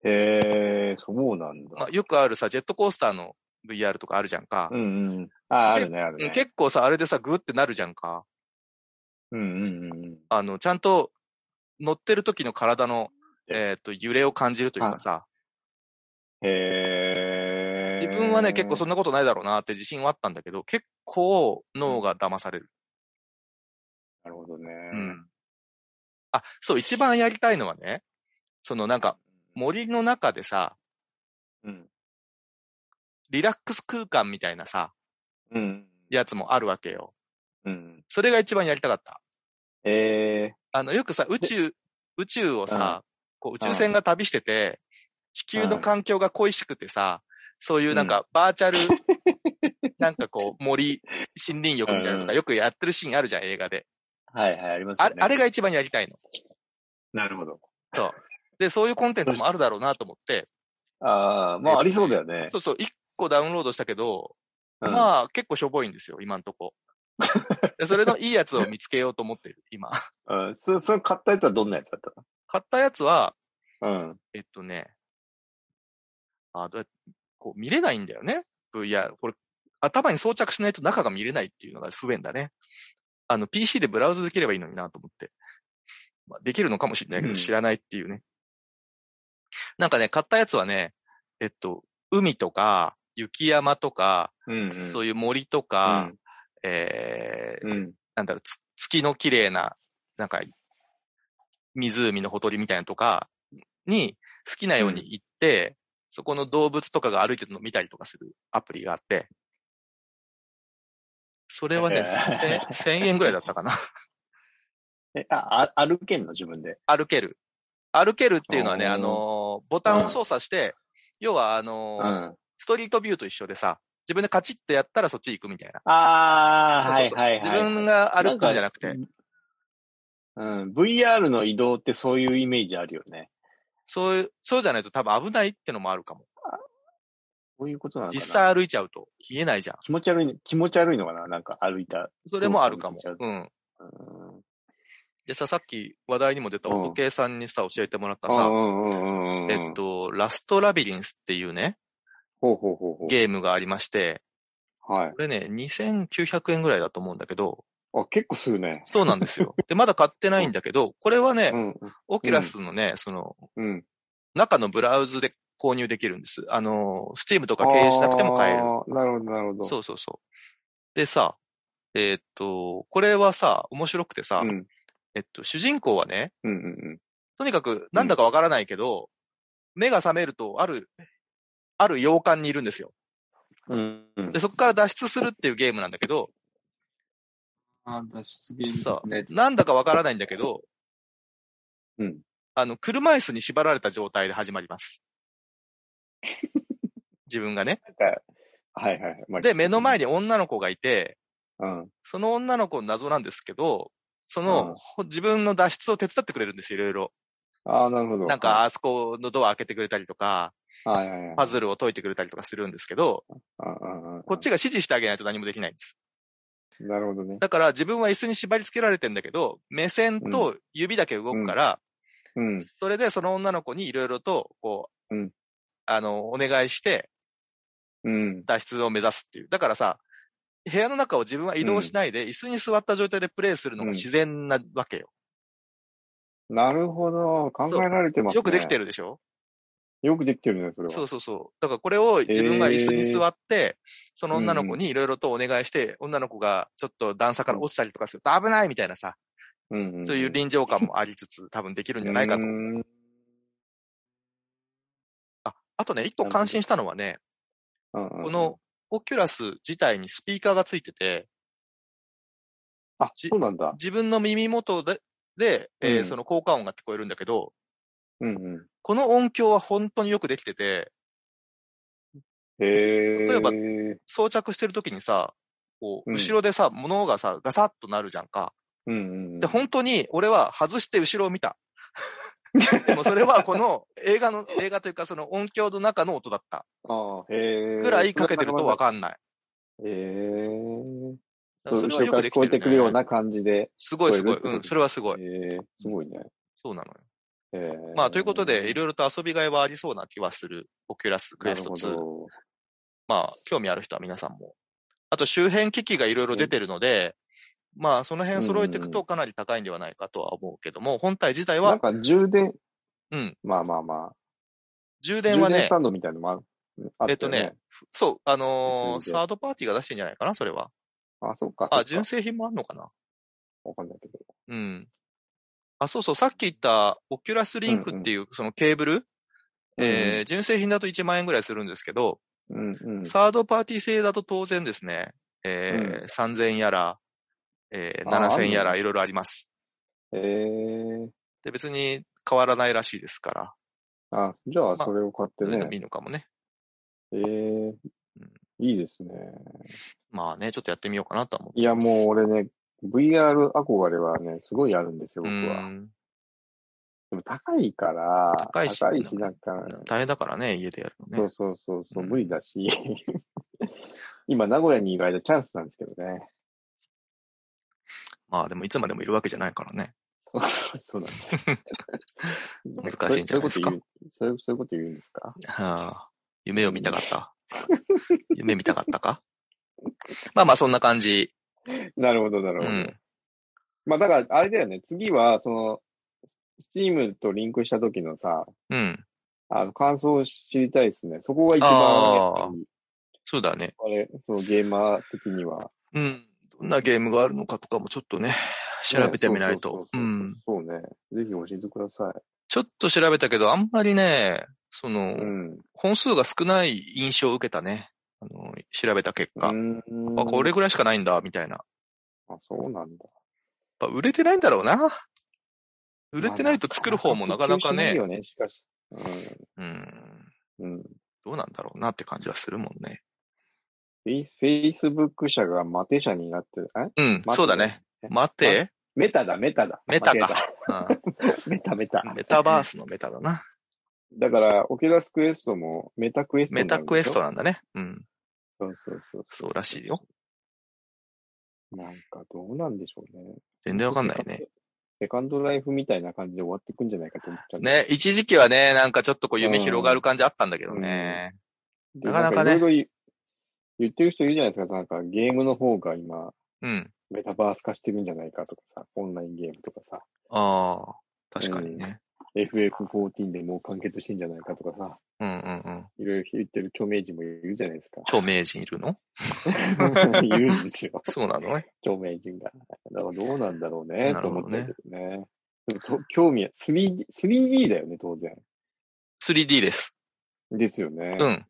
Speaker 2: へえ、そうなんだ。
Speaker 1: まあ、よくあるさ、ジェットコースターの VR とかあるじゃんか。
Speaker 2: うんうん。あ、あるね、あ
Speaker 1: う
Speaker 2: る
Speaker 1: ん
Speaker 2: ね。
Speaker 1: 結構さ、あれでさ、グーってなるじゃんか。
Speaker 2: うんうんうんうん。
Speaker 1: あの、ちゃんと乗ってる時の体の、えっ、と、揺れを感じるというかさ、
Speaker 2: へえ。
Speaker 1: 自分はね、結構そんなことないだろうなって自信はあったんだけど、結構脳が騙される。
Speaker 2: なるほどね。
Speaker 1: うん。あ、そう、一番やりたいのはね、そのなんか森の中でさ、
Speaker 2: うん。
Speaker 1: リラックス空間みたいなさ、
Speaker 2: うん。
Speaker 1: やつもあるわけよ。
Speaker 2: うん。
Speaker 1: それが一番やりたかった。
Speaker 2: え
Speaker 1: あの、よくさ、宇宙、宇宙をさ、こう宇宙船が旅してて、地球の環境が恋しくてさ、そういうなんかバーチャル、 [laughs] なんかこう森、森林浴みたいなの
Speaker 2: うんう
Speaker 1: がよくやってるシーンあるじゃん、映画で。
Speaker 2: ー、はいはい、あります
Speaker 1: あ
Speaker 2: よ
Speaker 1: れ
Speaker 2: ね。
Speaker 1: あれが一番やりたいの。
Speaker 2: なるほど。
Speaker 1: そう。で、そういうコンテンツもあるだろうなと思って、
Speaker 2: ああ、まあありそうだよね
Speaker 1: そ。うそう、1個ダウンロードしたけど、
Speaker 2: うん
Speaker 1: まあ結構しょぼいんですよ、今んとこ。でそれのいいやつを見つけようと思ってる、今。
Speaker 2: うん。そ、それ買ったやつはどんなやつだっ
Speaker 1: 買ったやつは、
Speaker 2: たの
Speaker 1: えっとね、あ、どうやっこう見れないんだよね。VR。これ、頭に装着しないと中が見れないっていうのが不便だね。あの、PC でブラウズできればいいのになと思って。まあ、できるのかもしれないけど、
Speaker 2: うん
Speaker 1: 知らないっていうね。なんかね、買ったやつはね、えっと、海とか、雪山とか、
Speaker 2: うん。うん。
Speaker 1: そう
Speaker 2: いう
Speaker 1: いう森とか、えー
Speaker 2: うん。うん。
Speaker 1: なんだろう、つ月の綺麗な、なんか、湖のほとりみたいなのとかに好きなように行って、そこの動物とかが歩いてるのを見たりとかするアプリがあって、それはね、
Speaker 2: へー
Speaker 1: 1000円ぐらいだったかな。 [laughs]
Speaker 2: え、あ、あ歩けんの自分で。
Speaker 1: 歩ける。歩けるっていうのはね、
Speaker 2: おー
Speaker 1: あのー、ボタンを操作して、要はあの
Speaker 2: う
Speaker 1: ー、
Speaker 2: ん。
Speaker 1: ストリートビューと一緒でさ、自分でカチッとやったらそっち行くみたいな。
Speaker 2: あー、は
Speaker 1: そう
Speaker 2: い
Speaker 1: そう
Speaker 2: はいはい。
Speaker 1: 自分が歩くんじゃなくて、
Speaker 2: んか。うん、VR の移動ってそういうイメージあるよね。
Speaker 1: そういう、そうじゃないと多分危ないってのもあるかも。
Speaker 2: こういうことなのかな
Speaker 1: 実際歩いちゃうと見えないじゃん。
Speaker 2: 気持ち悪い、気持ち悪いのかななんか歩いた。
Speaker 1: それもあるかも
Speaker 2: そう。そ
Speaker 1: うん。
Speaker 2: うん
Speaker 1: でさ、さっき話題にも出た
Speaker 2: うん
Speaker 1: 音系さんにさ、教えてもらった
Speaker 2: う
Speaker 1: さ、
Speaker 2: んうんうんうん、
Speaker 1: えっ、と、ラストラビリンスっていうね、
Speaker 2: ほうほうほうほ
Speaker 1: ゲームがありまして、
Speaker 2: う。はい
Speaker 1: こ。れね、2900円ぐらいだと思うんだけど、
Speaker 2: あ、結構するね。
Speaker 1: そうなんです
Speaker 2: [laughs]
Speaker 1: よ。で、まだ買ってないんだけど、これはね
Speaker 2: う、ん。
Speaker 1: オキュラスのね、その、
Speaker 2: うん。
Speaker 1: 中のブラウズで購入できるんです。あの、スチームとか経由しなくても買える
Speaker 2: あ。ーなるほど、なるほど。
Speaker 1: そうそうそう。でさ、えっと、これはさ、面白くてさ、
Speaker 2: うん。
Speaker 1: えっと、主人公はね、
Speaker 2: うんうん
Speaker 1: とにかく、なんだかわからないけど、目が覚めると、ある、ある洋館にいるんですよ。
Speaker 2: うん。うん。
Speaker 1: で、そこから脱出するっていうゲームなんだけど、
Speaker 2: あ、脱出ゲ
Speaker 1: さ
Speaker 2: ね。
Speaker 1: なんだかわからないんだけど、
Speaker 2: うん。
Speaker 1: あの、車椅子に縛られた状態で始まり
Speaker 2: [laughs]
Speaker 1: ます。自分がね。
Speaker 2: はいはいはい。まあ
Speaker 1: で、目の前。に女の子がいて、
Speaker 2: うん。
Speaker 1: その女の子の謎なんですけど、その、自分の脱出を手伝ってくれるんですよ、いろいろ。
Speaker 2: ああ、なるほど。
Speaker 1: なんか、、あそこのドア開けてくれたりとか、
Speaker 2: はいはいはい。
Speaker 1: パズルを解いてくれたりとかするんですけど、
Speaker 2: うんうんうん
Speaker 1: こっちが指示してあげないと何もできないんです。
Speaker 2: なるほどね。
Speaker 1: だから自分は椅子に縛り付けられてんだけど、目線と指だけ動くから、
Speaker 2: うん。
Speaker 1: それでその女の子にいろいろと、こう、
Speaker 2: うん
Speaker 1: あの、お願いして
Speaker 2: うん。
Speaker 1: 脱出を目指すっていう。だからさ、部屋の中を自分は移動しないで、椅子に座った状態でプレイするのが自然なわけよ。
Speaker 2: なるほど。考えられてますね。
Speaker 1: よくできて
Speaker 2: る。
Speaker 1: るでしょ、
Speaker 2: よくできてるね、それは。
Speaker 1: そうそうそう。だからこれを自分が椅子に座って、その女の子にいろいろとお願いして、女の子がちょっと段差から落ちたりとかすると危ないみたいなさ、
Speaker 2: うんうんん。
Speaker 1: そういう臨場感もありつつ、多分できるんじゃないかと思う
Speaker 2: うん
Speaker 1: あ、あとね、一個感心したのはね、
Speaker 2: うんうん
Speaker 1: このオキュラス自体にスピーカーがついてて、
Speaker 2: あ、
Speaker 1: じ
Speaker 2: そうなんだ。
Speaker 1: 自分の耳元で、で、えー
Speaker 2: うん
Speaker 1: その効果音が聞こえるんだけど、
Speaker 2: うんうん。
Speaker 1: この音響は本当によくできてて、
Speaker 2: へえ。
Speaker 1: 例えば装着してる時にさ、こう、
Speaker 2: うん
Speaker 1: 後ろでさ、物がさ、ガサッとなるじゃんか。
Speaker 2: うんうん。
Speaker 1: で、本当に俺は外して後ろを見
Speaker 2: [laughs]
Speaker 1: た。でもそれはこの映画の、映画というかその音響の中の音だった。
Speaker 2: ああ、へえ。
Speaker 1: ぐらいかけてるとわかんない。
Speaker 2: へえ。
Speaker 1: だからそれは
Speaker 2: 後
Speaker 1: よ
Speaker 2: ろか
Speaker 1: く
Speaker 2: ら
Speaker 1: で
Speaker 2: 聞
Speaker 1: き
Speaker 2: こ
Speaker 1: て
Speaker 2: えてく
Speaker 1: る、
Speaker 2: るよ
Speaker 1: ね
Speaker 2: う。な感じで。
Speaker 1: すごいすごい
Speaker 2: 聞。こえるってこと
Speaker 1: うん、それはすごい。
Speaker 2: へえ、すごいね。
Speaker 1: そうなのよ。
Speaker 2: へえ
Speaker 1: まあ、ということで、いろいろと遊びがいはありそうな気はする、オキュラスクエスト
Speaker 2: な
Speaker 1: 2。
Speaker 2: るほ
Speaker 1: まあ、興味ある人は皆さんも。あと、周辺機器がいろいろ出てるので、まあ、その辺揃えていく
Speaker 2: うんうんう
Speaker 1: とかなり高いんではないかとは思うけども、本体自体
Speaker 2: ど。なん
Speaker 1: は、
Speaker 2: か充電、
Speaker 1: うん、
Speaker 2: まあまあま
Speaker 1: 充
Speaker 2: あ。
Speaker 1: 電は
Speaker 2: 充電
Speaker 1: ね
Speaker 2: スタ、ンドみたいなのもああったよ
Speaker 1: えっとね。そう、あのー
Speaker 2: 充電
Speaker 1: サードパーティーが出してんじゃないかな、それは。
Speaker 2: あ、そっか。そっ
Speaker 1: あ、
Speaker 2: か
Speaker 1: 純正品もあんのかな
Speaker 2: わかんないけど。
Speaker 1: うん。あ、そうそう、さっき言った、オキュラスリンクっていう、そのケーブル、えー純正品だと1万円ぐらいするんですけど、
Speaker 2: うんうん。
Speaker 1: サードパーティー製だと当然ですね、えー3000やら、えー
Speaker 2: あー
Speaker 1: 7000や
Speaker 2: あ
Speaker 1: ら
Speaker 2: る
Speaker 1: いろいろあります。
Speaker 2: へえ。
Speaker 1: で、別に変わらないらしいですから、
Speaker 2: あ、じゃあ
Speaker 1: まあ
Speaker 2: それを買っ
Speaker 1: そ
Speaker 2: て
Speaker 1: れでもい
Speaker 2: ね。
Speaker 1: いのかもね。
Speaker 2: へえ。いいですね。
Speaker 1: まあね、ちょっとやってみようかなとは思って
Speaker 2: いや、もう俺ね、VR 憧れはね、すごいあるんですよ、
Speaker 1: う
Speaker 2: 僕は。
Speaker 1: ん
Speaker 2: でも高いから、
Speaker 1: 高いし
Speaker 2: なんか、
Speaker 1: 大変だからね、家でやるの
Speaker 2: そ
Speaker 1: ね。
Speaker 2: うそうそうそう、
Speaker 1: うん [laughs]
Speaker 2: [laughs] 無理だし、今、名古屋にいる間チャンスなんですけどね。
Speaker 1: まあでもいつまでもいるわけじゃないからね。
Speaker 2: そうなん [laughs] です。
Speaker 1: 難しいんじゃないですか
Speaker 2: そういうこと言うそういうそういうこと言うんですか
Speaker 1: はあ、夢を見たかった。夢見たかったかまあまあそんな感じ。
Speaker 2: なるほど、なる
Speaker 1: う
Speaker 2: ほど。
Speaker 1: ん。
Speaker 2: まあだから、あれだよね。次は、その、スチームとリンクした時のさ、
Speaker 1: うん。
Speaker 2: あの、感想を知りたいですね。そこが一番、やっぱり
Speaker 1: そうだね。
Speaker 2: あれ、そう、ゲーマー的には。
Speaker 1: うん。どんなゲームがあるのかとかもちょっとね、調べてみないと。う
Speaker 2: ね
Speaker 1: ん。。
Speaker 2: そうそうそうそうそうね。ぜひ教えてくださ
Speaker 1: ちょっと調べたけど、あんまりね、その、
Speaker 2: い。うん。
Speaker 1: 本数が少ない印象を受けたね。あの、調べた結果。
Speaker 2: うん
Speaker 1: あ、これ。ぐらいしかないんだ、みたいな。やっ
Speaker 2: あ、そうなんだ。
Speaker 1: ぱ売れてないんだろうな。売れてないと作る方もなかなか
Speaker 2: 普及し
Speaker 1: ね、
Speaker 2: いよね、しかし。
Speaker 1: うん、
Speaker 2: うん。うん。
Speaker 1: どうなんだろうなって感じはするもんね。
Speaker 2: フェイス、フェイスブック社がマテ社になってる。
Speaker 1: う
Speaker 2: え
Speaker 1: ん、
Speaker 2: 待て
Speaker 1: そうだね。待て、
Speaker 2: メタだ、メタだ。
Speaker 1: メタ
Speaker 2: 間違
Speaker 1: か。う
Speaker 2: えた。 [laughs] メタ、メタ
Speaker 1: ん。メタバースのメタだ
Speaker 2: [laughs]
Speaker 1: な。
Speaker 2: だから、オキュラスクエストもメタクエスト
Speaker 1: メ
Speaker 2: にな
Speaker 1: タ
Speaker 2: るんでしょ
Speaker 1: クエストなんだね。うん。
Speaker 2: そうそうそう。
Speaker 1: そうらしいよ。
Speaker 2: なんかどうなんでしょうね。
Speaker 1: 全然わかんないね。
Speaker 2: セカンドライフみたいな感じで終わっていくんじゃないかと思っちゃう。
Speaker 1: ね、一時期はね、なんかちょっとこう夢広がる感じあったんだけどね。
Speaker 2: で。
Speaker 1: なかなかね
Speaker 2: んいろいろ言ってる人いるじゃないですか。なんかゲームの方が今、
Speaker 1: うん。
Speaker 2: メタバース化してるんじゃないかとかさ、オンラインゲームとかさ、
Speaker 1: ああ、確かにね。
Speaker 2: FF14 でもう完結してんじゃないかとかさ、
Speaker 1: うんうんうん。
Speaker 2: いろいろ言ってる著名人もいるじゃないですか。
Speaker 1: 超名人いるの
Speaker 2: [laughs] いるんですよ。
Speaker 1: そうなのね。
Speaker 2: 著名人が。だからどうなんだろうね、
Speaker 1: な
Speaker 2: と
Speaker 1: るほ
Speaker 2: 思
Speaker 1: ど
Speaker 2: っ
Speaker 1: ね
Speaker 2: てるけどね。でもと興味は 3D、3D だよね、当然。
Speaker 1: 3D です。
Speaker 2: ですよね。
Speaker 1: うん。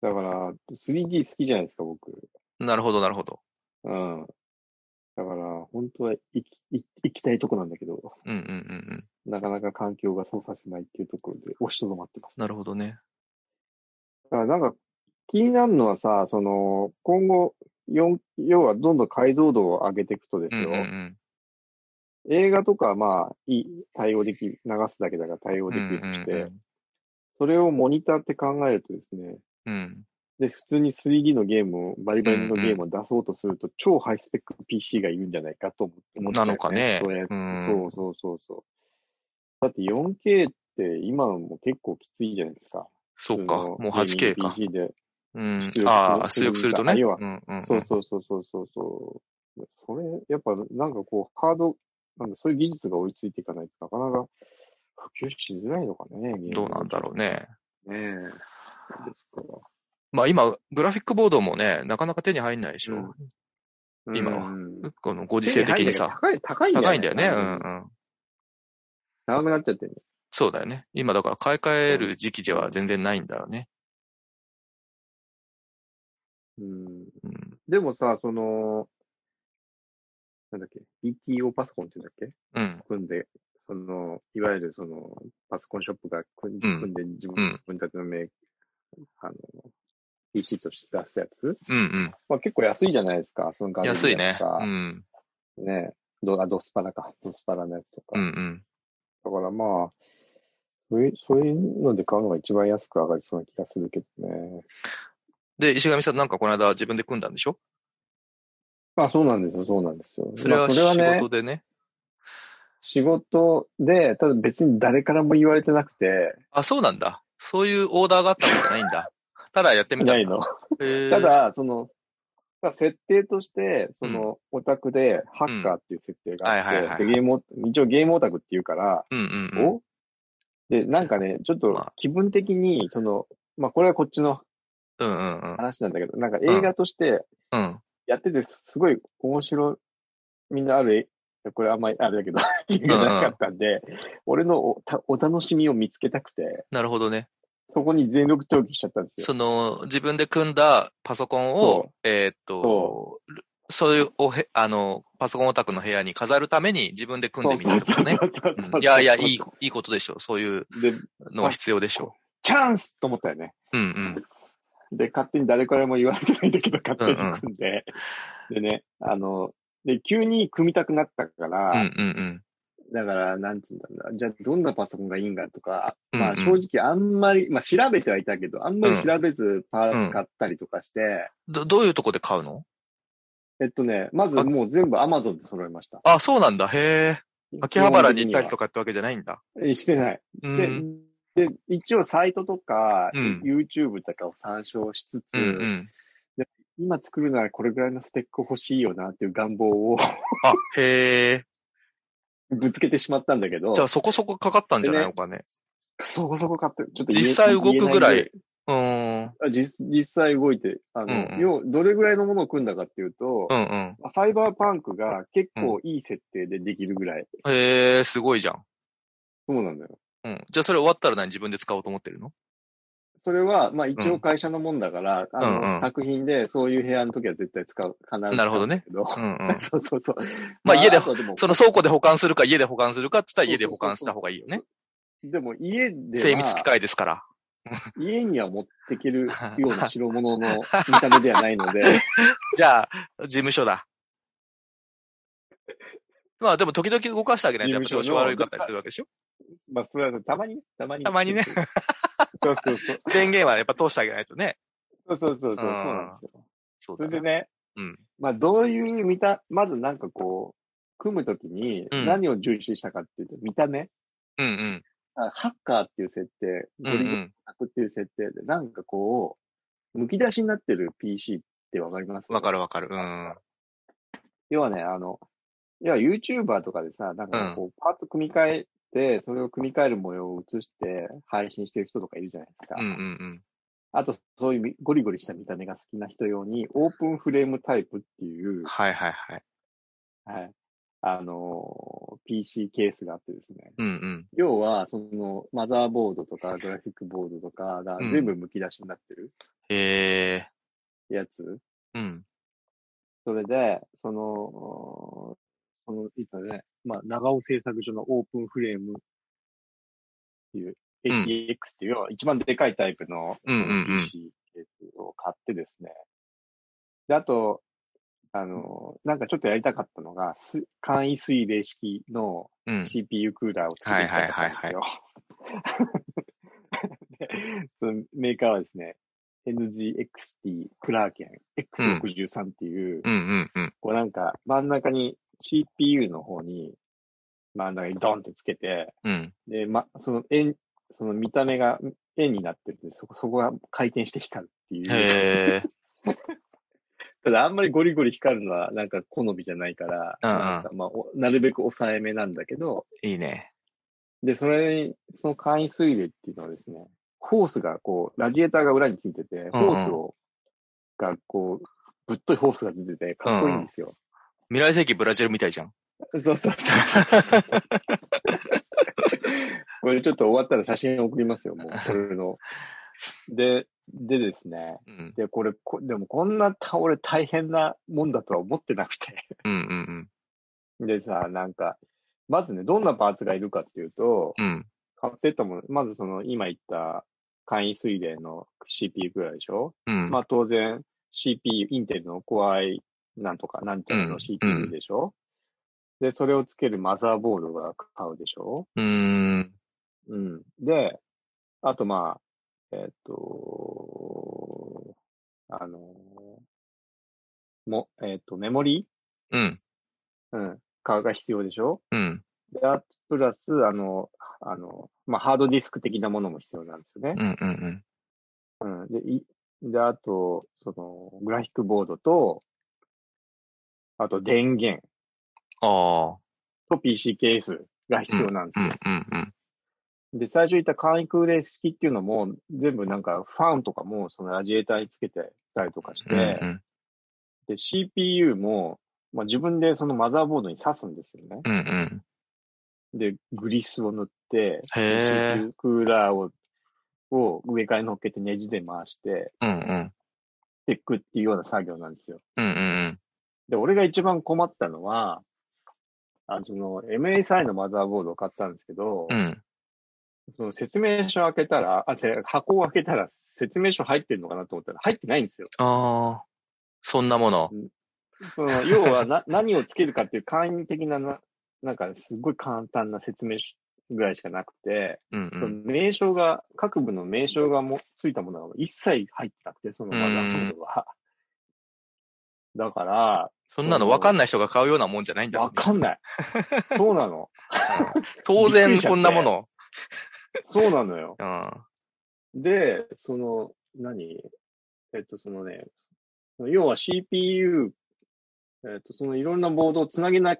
Speaker 2: だから、3D 好きじゃないですか、僕。
Speaker 1: なるほど、なるほど。
Speaker 2: うん。だから、本当は行き行行きたいとこなんだけど、
Speaker 1: うんうんうんうん。
Speaker 2: なかなか環境がそうさせないっていうところで押しとどまってます。
Speaker 1: なるほどね。
Speaker 2: だからなんか、気になるのはさ、その、今後、よ要はどんどん解像度を上げていくとで
Speaker 1: う
Speaker 2: す
Speaker 1: んう
Speaker 2: よ、
Speaker 1: んうん。
Speaker 2: 映画とかはまあ、いい対応でき、流すだけだから対応
Speaker 1: うん
Speaker 2: で
Speaker 1: う
Speaker 2: きる
Speaker 1: ん
Speaker 2: として、それをモニターって考えるとですね、
Speaker 1: うんうん。
Speaker 2: で、普通に 3D のゲームを、バリバリのゲームを出そうとすると、超ハイスペック PC がいるんじゃないかと思思って、
Speaker 1: なのかね
Speaker 2: そうやって
Speaker 1: うん
Speaker 2: そうそうそうそう。だって 4K って今のも結構きついじゃないですか。
Speaker 1: そうか。もう 8K か
Speaker 2: 普。通のゲーミング PC で。
Speaker 1: うん
Speaker 2: 出。力
Speaker 1: ああ、
Speaker 2: す
Speaker 1: 出
Speaker 2: る
Speaker 1: 力するとね。
Speaker 2: あ要は
Speaker 1: うんうんうん
Speaker 2: そうそうそうそうそうそう。それ、やっぱなんかこう、ハード、なんかそういう技術が追いついていかないとなかなか普及しづらいのかね、ゲーム
Speaker 1: どうなんだろうね。
Speaker 2: う。ねえ。ですから
Speaker 1: まあ今、グラフィックボードもね、なかなか手に入んないでしょ。今は
Speaker 2: うん
Speaker 1: このご時世的にさ、
Speaker 2: 高い、高い
Speaker 1: 高いんだよね。う
Speaker 2: う
Speaker 1: うん
Speaker 2: ん。
Speaker 1: ん。
Speaker 2: 長くなっちゃってる。
Speaker 1: そうだよね。今だから買い替える時期では全然ないんだよね。
Speaker 2: うん。
Speaker 1: うん。
Speaker 2: でもさ、その、なんだっけ、BTO パソコンって言うんだっけ
Speaker 1: うん。
Speaker 2: 組んで、その、いわゆるその、パソコンショップが組ん
Speaker 1: うん
Speaker 2: 組んで自
Speaker 1: う
Speaker 2: 分,、
Speaker 1: ん
Speaker 2: たちのメーあの、PC として出すやつ。
Speaker 1: うん
Speaker 2: まあ結構安いじゃないですか、その
Speaker 1: う
Speaker 2: ガ
Speaker 1: ん。
Speaker 2: ジェ
Speaker 1: 安い
Speaker 2: ッ
Speaker 1: ね
Speaker 2: ト。とか
Speaker 1: うん。
Speaker 2: ねドあドスパラか。ドスパラのやつと
Speaker 1: う
Speaker 2: か。
Speaker 1: んうん。
Speaker 2: だからまあ、そういうそういうので買うのが一番安く上がりそうな気がするけどね。
Speaker 1: で、石上さんなんかこの間自分で組んだんでしょ
Speaker 2: まあそうなんですよ、そうなんですよ。
Speaker 1: それは
Speaker 2: まあ
Speaker 1: 仕
Speaker 2: それはね
Speaker 1: 事、でね。
Speaker 2: 仕事で、ただ別に誰からも言われてなくて、
Speaker 1: あ、そうなんだ。そういうオーダーがあったわけじゃないん
Speaker 2: [laughs]
Speaker 1: だ。ただやってみたんだ
Speaker 2: ないの。。
Speaker 1: へー
Speaker 2: た、だ、その、まあ設定として、その、オタクで、ハッカーっていう設定が
Speaker 1: うんはいはい
Speaker 2: あ
Speaker 1: は
Speaker 2: っ
Speaker 1: いは
Speaker 2: て、
Speaker 1: い
Speaker 2: でゲームオ、一応ゲームオタクっていうから、
Speaker 1: うんうんうん。
Speaker 2: おで、なんかね、ちょっ
Speaker 1: まあ
Speaker 2: と気分的に、その、まあ、これはこっちの
Speaker 1: うんうんうん。
Speaker 2: 話なんだけど、なんか映画として
Speaker 1: うん。
Speaker 2: やってて、すごい面白みんなあるえ、これあんまりあれだけど、 [laughs] 意味がなかったんで、俺のおたお楽しみを見つけたくて、
Speaker 1: なるほどね。
Speaker 2: そこに全力投球しちゃったんですよ。
Speaker 1: その、自分で組んだパソコンを
Speaker 2: そ、
Speaker 1: えーっと
Speaker 2: そ、
Speaker 1: そういうおへ、あの、パソコンオタクの部屋に飾るために自分で組んでみたんですね。
Speaker 2: そうそうそうそう
Speaker 1: うんいやいや、いい、いいことでしょう。そういう
Speaker 2: で、
Speaker 1: のは必要でしょ
Speaker 2: チャンスと思ったよね。
Speaker 1: う。うん
Speaker 2: で、勝手に誰からも言われてないんだけど、勝手に組んで、でね、あの、で、急に組みたくなったか
Speaker 1: うん。うん
Speaker 2: ら、
Speaker 1: うん
Speaker 2: だから、なんつうんだろうな、じゃあどんなパソコンがいいんかとか、ま
Speaker 1: う
Speaker 2: あ
Speaker 1: んうん
Speaker 2: 正直あんまり、まあ調べてはいたけど、あんまり調べずパーツ買ったりとかして、
Speaker 1: うん。ど、どういうとこで買うの
Speaker 2: えっとね、まずもう全部 Amazon で揃えました。
Speaker 1: あ、そうなんだ。へえ。秋葉原に行ったりとかってわけじゃないんだ。
Speaker 2: えしてない。
Speaker 1: う
Speaker 2: で
Speaker 1: ん。、
Speaker 2: で、一応サイトとか、
Speaker 1: うん
Speaker 2: YouTube とかを参照しつつ、
Speaker 1: うんうん。
Speaker 2: 今作るならこれぐらいのスペック欲しいよなっていう願望を [laughs]
Speaker 1: あ、へえ。
Speaker 2: ぶつけてしまったんだけど、
Speaker 1: じゃあそこそこかかったんじゃない
Speaker 2: で
Speaker 1: お金。
Speaker 2: そこそこ買って、ちょっと言え
Speaker 1: 実際動くぐら。。
Speaker 2: 言えない
Speaker 1: うーん。
Speaker 2: あ実実際動いて、あの、
Speaker 1: うんうん
Speaker 2: 要、どれぐらいのものを組んだかっていうと、
Speaker 1: うんうん。
Speaker 2: サイバーパンクが結構いい設定でできるぐらい。
Speaker 1: へえ、すごいじゃん。
Speaker 2: そうなんだよ。
Speaker 1: うん。じゃあそれ終わったら何自分で使おうと思ってるの
Speaker 2: それは、まあ一
Speaker 1: うん
Speaker 2: 応会社のもんだから、あの、
Speaker 1: うんうん
Speaker 2: 作品でそういう部屋の時は絶対使う、必ず使うんだけ。
Speaker 1: なるほどねうんう
Speaker 2: [laughs]
Speaker 1: ん。
Speaker 2: そうそうそう。
Speaker 1: まあ家で
Speaker 2: とはでも
Speaker 1: その倉庫で保管するか家で保管するかって言ったら家で保管した方がいいよね。
Speaker 2: でも家では
Speaker 1: 精密機械ですから。
Speaker 2: 家には持ってけ [laughs] るような代物の見た目ではないので、
Speaker 1: じゃあ、事務所だ。まあでも時々動かしてあげないとやっぱ調子悪かったりするわけでしょ
Speaker 2: [laughs] まあ、それはたまにね、たまに。
Speaker 1: たまにね。
Speaker 2: そうそうそう。
Speaker 1: 電源はやっぱ通してあげないとね。
Speaker 2: そうそうそうそう。そう
Speaker 1: うん
Speaker 2: なんですよ。
Speaker 1: そう
Speaker 2: そ
Speaker 1: だ
Speaker 2: れで
Speaker 1: ね。
Speaker 2: ね、
Speaker 1: うん。
Speaker 2: まあ、どういう見た、まずなんかこう、組むときに
Speaker 1: うん
Speaker 2: 何を重視したかっていうと、見た目
Speaker 1: うんうん。
Speaker 2: あハッカーっていう設定、
Speaker 1: う
Speaker 2: ド
Speaker 1: ん
Speaker 2: リ
Speaker 1: う
Speaker 2: ブル
Speaker 1: ん。
Speaker 2: ハックっていう設定で、なんかこう、剥き出しになってる PC ってわかります
Speaker 1: わかるわかる。うん。
Speaker 2: 要はね、あの、要は YouTuber とかでさ、なんかこう、パーツ組み替えて、それを組み替える模様を映して配信してる人とかいるじゃないですか。
Speaker 1: うんうん
Speaker 2: あと、そういうみゴリゴリした見た目が好きな人用に、オープンフレームタイプっていう
Speaker 1: うん。、はいはいはい。
Speaker 2: はい、あのー PC ケースがあってですね。
Speaker 1: うんうん。
Speaker 2: 要は、その、マザーボードとか、グラフィックボードとかが
Speaker 1: うん
Speaker 2: 全部剥き出しになってる
Speaker 1: え
Speaker 2: やつ。
Speaker 1: えうん。
Speaker 2: それで、その、その、いったね、まあ、長尾製作所のオープンフレームっていう、
Speaker 1: ん
Speaker 2: ATX っていう、要は一番でかいタイプの
Speaker 1: うんうんうん
Speaker 2: PC ケースを買ってですね。で、あと、あの、なんかちょっとやりたかったのが、す簡易水冷式の
Speaker 1: うん。
Speaker 2: CPU クーラーを作りたかったんですよ。 [laughs] でそのメーカーはですね、NGXT クラーケン X63 っていう、
Speaker 1: うんうんうん。
Speaker 2: こうなんか真ん中に CPU の方に真ん中にドンってつけて、
Speaker 1: うん。
Speaker 2: で、ま、その円、その見た目が円になってるんで、そこ、そこが回転して光るっていう。
Speaker 1: へえ。
Speaker 2: ただあんまりゴリゴリ光るのはなんか好みじゃないから、
Speaker 1: うんうん
Speaker 2: なんかまあ、おなるべく抑えめなんだけど、
Speaker 1: いいね。
Speaker 2: で、それに、その簡易水冷っていうのはですね、ホースがこう、ラジエーターが裏についてて、ホースを、がこう、ぶっといホースがついてて、かっこいいんですよ。
Speaker 1: 未来世紀ブラジルみたいじゃん。
Speaker 2: そうそうそうそうそう。これちょっと終わったら写真送りますよ、もう。これの。で、でですね。
Speaker 1: うん。
Speaker 2: で、これ、こでもこんな倒れ大変なもんだとは思ってなくて。 [laughs]
Speaker 1: うんうん
Speaker 2: でさ、なんか、まずね、どんなパーツがいるかっていうと、
Speaker 1: うん。うん。
Speaker 2: 買ってったもの、まずその今言った簡易水冷の CPU くらいでしょ、
Speaker 1: うん。
Speaker 2: まあ当然 CPU、インテルの Core i なんとかなんちゃら
Speaker 1: うん
Speaker 2: の CPU でしょ、で、それをつけるマザーボードが買うでしょ
Speaker 1: うーん。
Speaker 2: うん。で、あとまあ、えっと、あのも、えっと、メモリ
Speaker 1: うん。
Speaker 2: ーうん。買うが必要でしょ
Speaker 1: うん。
Speaker 2: で、あプラス、あの、あの、まあ、ハードディスク的なものも必要なんですよ
Speaker 1: う
Speaker 2: ね。
Speaker 1: んうんうん。
Speaker 2: うん。で、い、で、あと、その、グラフィックボードと、あと電源
Speaker 1: ああ。
Speaker 2: と PC ケースが必要なんで
Speaker 1: う
Speaker 2: す
Speaker 1: ん
Speaker 2: よ。
Speaker 1: うんうん。
Speaker 2: で、最初言った簡易空冷式っていうのも、全部なんかファンとかも、そのラジエーターにつけてたりとかして、
Speaker 1: うんうん。
Speaker 2: で、CPU も、まあ、自分でそのマザーボードに挿すんですよね。
Speaker 1: うんうん。
Speaker 2: で、グリスを塗って、
Speaker 1: へー
Speaker 2: CPU クーラーを、を上から乗っけてネジで回して、
Speaker 1: うんうん。
Speaker 2: テックっていうような作業なんですよ。
Speaker 1: うんうん
Speaker 2: で、俺が一番困ったのは、あの、その MSI のマザーボードを買ったんですけど、
Speaker 1: うん。うん。
Speaker 2: その説明書を開けたら、あ、せ箱を開けたら説明書入ってるのかなと思ったら入ってないんですよ。
Speaker 1: ああ。そんなもの。
Speaker 2: その、要はな、 [laughs] 何をつけるかっていう簡易的なな、なんかすごい簡単な説明書ぐらいしかなくて、
Speaker 1: うんう
Speaker 2: その
Speaker 1: ん。
Speaker 2: 名称が、各部の名称がもうついたものが一切入ってなくて、そのマザーボードは。だから、
Speaker 1: そんなの分かんない人が買うようなもんじゃないんだろ
Speaker 2: わ
Speaker 1: うね
Speaker 2: かんない。そうなの。
Speaker 1: 当然
Speaker 2: びっくりしちゃって
Speaker 1: こんなもの。
Speaker 2: そうなのよ。
Speaker 1: うん。
Speaker 2: で、その、何えっと、そのね、要は CPU、えっと、そのいろんなボードをつなげな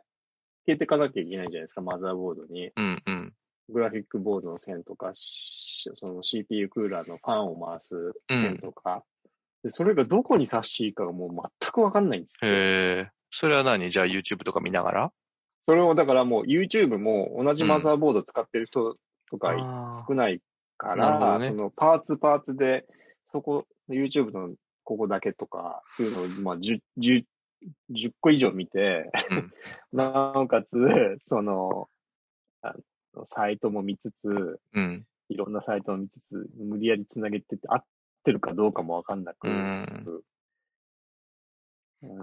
Speaker 2: けていかなきゃいけないじゃないですか、マザーボードに。
Speaker 1: うんうん。
Speaker 2: グラフィックボードの線とか、しその CPU クーラーのファンを回す線とか。でそれがどこに差していいかがもう全くわかんないんですよ。
Speaker 1: へえ。それは何じゃあ YouTube とか見ながら
Speaker 2: それをだからもう YouTube も同じマザーボード使ってる人とか
Speaker 1: あ
Speaker 2: 少ない
Speaker 1: な
Speaker 2: か
Speaker 1: るほ
Speaker 2: ら、
Speaker 1: どね
Speaker 2: そのパーツパーツで、そこ、YouTube のここだけとか、いうのを、まあ、10、10 10個以上見て、
Speaker 1: うん
Speaker 2: [laughs] なおかつ、その、あのサイトも見つつ、
Speaker 1: ーうん。
Speaker 2: いろんなサイトも見つつ、無理やりつなげてって合ってるかどうかもわかんなく、
Speaker 1: うん。
Speaker 2: うん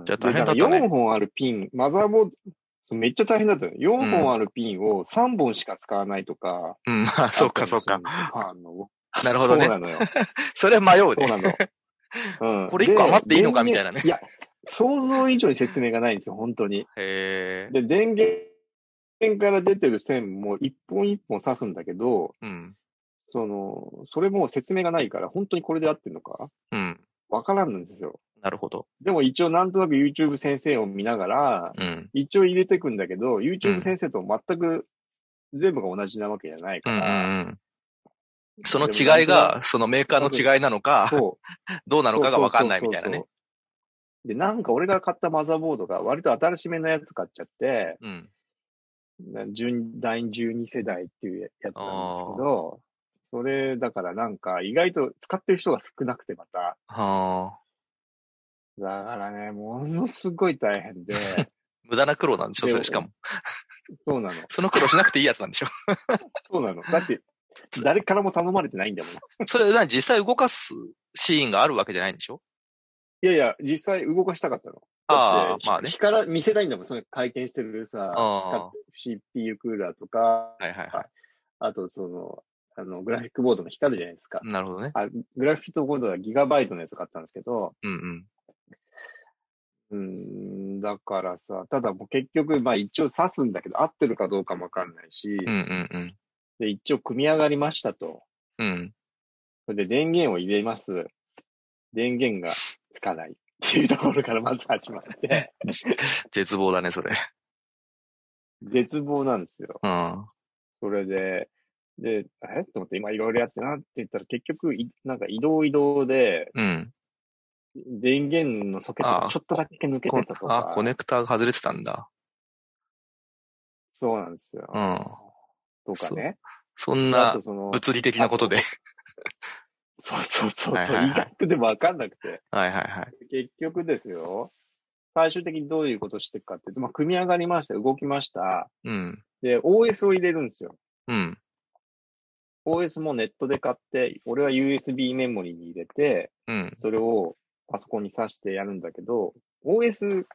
Speaker 1: じゃあ大変だったね
Speaker 2: でなんか4本あるピン、マザーボード、めっちゃ大変だったよ。4本あるピンを3本しか使わないとか。
Speaker 1: うん。まあ、 [laughs] そうかそうか。
Speaker 2: あの
Speaker 1: [laughs] なるほどね
Speaker 2: そうなのよ。
Speaker 1: それ迷う
Speaker 2: そう
Speaker 1: ね。
Speaker 2: な
Speaker 1: [laughs]
Speaker 2: の。うん、
Speaker 1: これ一個余っていいのかみたいなね
Speaker 2: で電源いや、想像以上に説明がないんですよ、本当に。
Speaker 1: へえ。
Speaker 2: で、電源から出てる線も一本一本刺すんだけど、
Speaker 1: うん。
Speaker 2: その、それも説明がないから、本当にこれで合ってるのか
Speaker 1: うん。
Speaker 2: わからんのですよ。
Speaker 1: なるほど。
Speaker 2: でも一応なんとなく YouTube 先生を見ながら、
Speaker 1: うん。
Speaker 2: 一応入れてくんだけど、
Speaker 1: うん
Speaker 2: YouTube 先生と全く全部が同じなわけじゃない
Speaker 1: うん
Speaker 2: か
Speaker 1: うんう
Speaker 2: ら、
Speaker 1: ん。その違いが、そのメーカーの違いなのか、
Speaker 2: そう、
Speaker 1: どうなのかが分かんないみたいな
Speaker 2: そう
Speaker 1: ね
Speaker 2: そうそう。そう。で、なんか俺が買ったマザーボードが割と新しめのやつ買っちゃって、
Speaker 1: うん。
Speaker 2: な順第12世代っていうやつなんですけど、それだからなんか意外と使ってる人が少なくてまた、
Speaker 1: はあ。
Speaker 2: だからね、ものすごい大
Speaker 1: [laughs]
Speaker 2: 変で、
Speaker 1: 無駄な苦労なんでしょ
Speaker 2: で
Speaker 1: それしかも。
Speaker 2: そうなの、
Speaker 1: その苦労しなくていいやつなんでし [laughs] ょ
Speaker 2: そうなの。だって、誰からも頼まれてないんだもん。い
Speaker 1: それ何実際動かすシーンがあるわけじゃないんでしょ
Speaker 2: やいや、実際動かしたかったの。
Speaker 1: あ
Speaker 2: だっ
Speaker 1: あ、
Speaker 2: て
Speaker 1: まあね。
Speaker 2: 日から見せたいんだもん、その回転してる
Speaker 1: あ
Speaker 2: さ、CPU クーラーとか、
Speaker 1: はいはいは
Speaker 2: あと、その、あの、グラフィックボードも光るじゃないですか。
Speaker 1: い。なるほどね。
Speaker 2: あグラフィックボードはギガバイトのやつ買ったんですけど、
Speaker 1: うんうん。
Speaker 2: うーん、だからさ、ただもう結局、まあ一応刺すんだけど、合ってるかどうかもわかんないし、
Speaker 1: うんうん
Speaker 2: で、一応組み上がりましたと。
Speaker 1: うん。うん。
Speaker 2: それで電源を入れます。電源がつかないっていうところからまず始まって、
Speaker 1: [laughs] 絶望だね、それ。
Speaker 2: 絶望なんですよ。
Speaker 1: うん。
Speaker 2: それで、で、えっと思って今いろいろやってなって言ったら結局い、なんか移動移動で、
Speaker 1: うん。
Speaker 2: 電源のソケット
Speaker 1: あ
Speaker 2: がちょっとだけ抜け
Speaker 1: こ
Speaker 2: てたと
Speaker 1: あ、
Speaker 2: か。
Speaker 1: コネクタが外れてたんだ。
Speaker 2: そうなんですよ。
Speaker 1: うん。
Speaker 2: とかね。
Speaker 1: そん
Speaker 2: あ
Speaker 1: な
Speaker 2: とその、
Speaker 1: 物理的なことで。
Speaker 2: そうそうそう
Speaker 1: はい
Speaker 2: そう、
Speaker 1: はい
Speaker 2: 医
Speaker 1: はい
Speaker 2: 学でもわかんなくて。
Speaker 1: [laughs] はいはいはい。
Speaker 2: 結局ですよ、最終的にどういうことしていくかっていうと、まあ、組み上がりました、動きました。
Speaker 1: うん。
Speaker 2: で、OS を入れるんですよ。
Speaker 1: うん。
Speaker 2: OS もネットで買って、俺は USB メモリに入れて、
Speaker 1: うん。
Speaker 2: それをパソコンに挿してやるんだけど、OS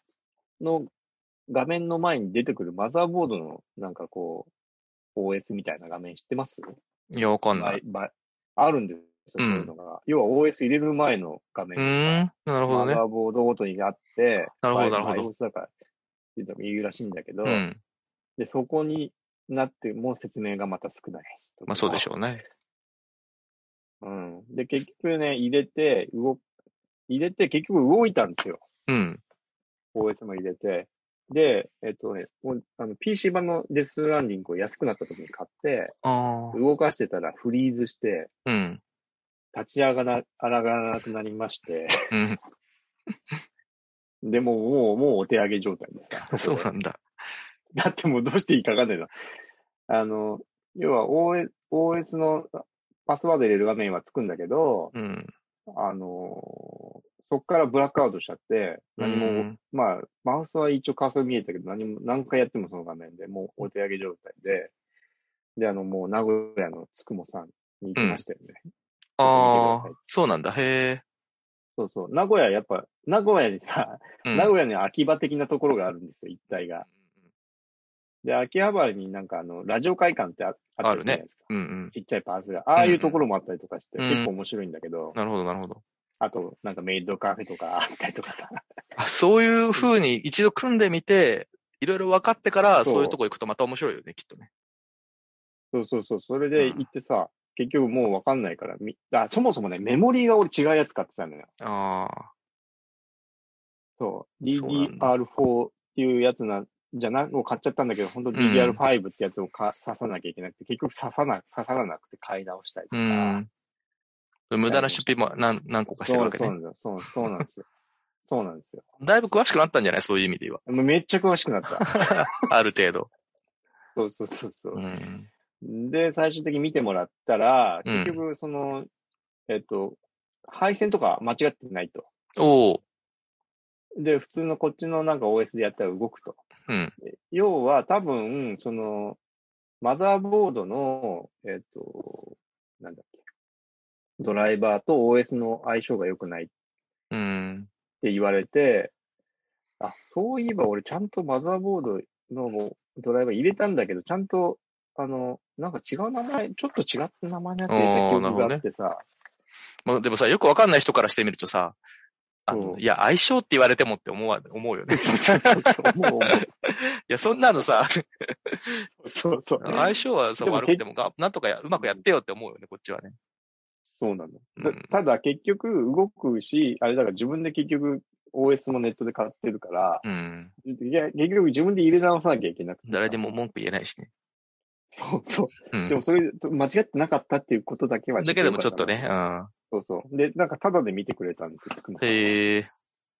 Speaker 2: の画面の前に出てくるマザーボードのなんかこう、OS みたいな画面知ってます
Speaker 1: いや、わかんない。
Speaker 2: ばいあるんですよ、そういうのが。要は OS 入れる前の画面
Speaker 1: うーん。なるほど
Speaker 2: マ
Speaker 1: ね。
Speaker 2: ザーボードごとにあって、
Speaker 1: なるほど
Speaker 2: ま
Speaker 1: な
Speaker 2: あ
Speaker 1: るほ
Speaker 2: iOS だから、っていうのも言うらしいんだけど、
Speaker 1: うん。
Speaker 2: で、そこになっても説明がまた少ない。
Speaker 1: まあそうでし
Speaker 2: ょ
Speaker 1: ょうね。
Speaker 2: う。うん。で、結局ね、入れて、動、入れて、結局動いたんですよ。
Speaker 1: うん。
Speaker 2: OS も入れて。で、えっとね、もうあの PC 版のデスランディングを安くなった時に買って、
Speaker 1: ああ。
Speaker 2: 動かしてたらフリーズして、
Speaker 1: うん。
Speaker 2: 立ち上がら上がらなくなりまして、
Speaker 1: うん。
Speaker 2: でもう、もう、もうお手上げ状態です。
Speaker 1: そうなんだ。
Speaker 2: だってもうどうしていいかわかんないの。あの、要は OS, OS のパスワード入れる画面はつくんだけど、
Speaker 1: うん。
Speaker 2: あの、そこからブラックアウトしちゃって、何も、
Speaker 1: うん
Speaker 2: まあ、マウスは一応カーソル見えたけど、何も、何回やってもその画面で、もうお手上げ状態で、で、あの、もう名古屋のつくもさんに行きましたよね。
Speaker 1: ああ、そうなんだ。へ
Speaker 2: そうそう。名古屋、やっぱ、名古屋にさ、
Speaker 1: え。うん
Speaker 2: 名古屋に秋葉的なところがあるんですよ、一帯が。で、秋葉原になんかあの、ラジオ会館ってああったりするじゃないですか。
Speaker 1: うんうん。
Speaker 2: ちっちゃいパーツが。ああいうところもあったりとかして、
Speaker 1: うん
Speaker 2: 結構面白いんだけど、
Speaker 1: なるほど、なるほど。
Speaker 2: あと、なんかメイドカフェとかあったりとかさ。 [laughs]
Speaker 1: あそういう風に一度組んでみて、いろいろ分かってから、
Speaker 2: そう
Speaker 1: そういうとこ行くとまた面白いよね、きっとね。
Speaker 2: そうそうそう。それで行ってさ、結局もうわかんないから、みあ、そもそもね、メモリーが俺違うやつ買ってたんだよ。
Speaker 1: ああ。
Speaker 2: そう。
Speaker 1: そうなんだ
Speaker 2: DDR4 っていうやつなん、じゃな、を買っちゃったんだけど、本当
Speaker 1: ん
Speaker 2: DDR5 ってやつをか、刺さなきゃいけなくて、結局刺さな、刺さらなくて買い直したりと
Speaker 1: う
Speaker 2: か。
Speaker 1: ん。無駄な出費も何何個かしてる
Speaker 2: そう
Speaker 1: わけ
Speaker 2: そう
Speaker 1: ね
Speaker 2: な。んだよ。そう、そうなんですよ。そうなんですよ。
Speaker 1: だいぶ詳しくなったんじゃないそういう意味では。 [laughs]
Speaker 2: もうめっちゃ詳しくなった。
Speaker 1: ある程度。
Speaker 2: そうそうそうそう
Speaker 1: う。ん。
Speaker 2: で、最終的に見てもらったら、
Speaker 1: うん
Speaker 2: 結局、その、えっと、配線とか間違ってないと。
Speaker 1: おう。
Speaker 2: で、普通のこっちのなんか OS でやったら動くと。
Speaker 1: うん。
Speaker 2: 要は多分、その、マザーボードの、えっと、なんだっけ、ドライバーと OS の相性が良くないっ
Speaker 1: うん。
Speaker 2: て言われて、あ、そういえば俺ちゃんとマザーボードのドライバー入れたんだけど、ちゃんと、あの、なんか違う名前、ちょっと違った名前になってた記
Speaker 1: おーなるほ
Speaker 2: 憶
Speaker 1: ど
Speaker 2: が
Speaker 1: ね
Speaker 2: あってさ、
Speaker 1: まあ、でもさ、よくわかんない人からしてみるとさ、あ
Speaker 2: そ
Speaker 1: の
Speaker 2: う
Speaker 1: いや、相性って言われてもって思わ思う
Speaker 2: [laughs]
Speaker 1: よね。
Speaker 2: そうそうそうそう。もう、
Speaker 1: い
Speaker 2: も
Speaker 1: や、そんなのさ、
Speaker 2: うそうそう。
Speaker 1: 相性はさ
Speaker 2: でも
Speaker 1: 悪くてもが、なんとかやうまくやってよって思うよね、こっちはね。
Speaker 2: そうなの。
Speaker 1: う
Speaker 2: だ
Speaker 1: ん
Speaker 2: ただ結局動くし、あれだから自分で結局 OS もネットで買ってるから、
Speaker 1: うん。
Speaker 2: いや結局自分で入れ直さなきゃいけなくて。
Speaker 1: 誰で。も文句言えないしね。
Speaker 2: そうそうう。
Speaker 1: ん
Speaker 2: でもそれ、間違ってなかったっていうことだけは
Speaker 1: だけでもちょっとね、。うん。
Speaker 2: そうそう。で、なんかタダで見てくれたんですよ、つくもさんは
Speaker 1: へえ。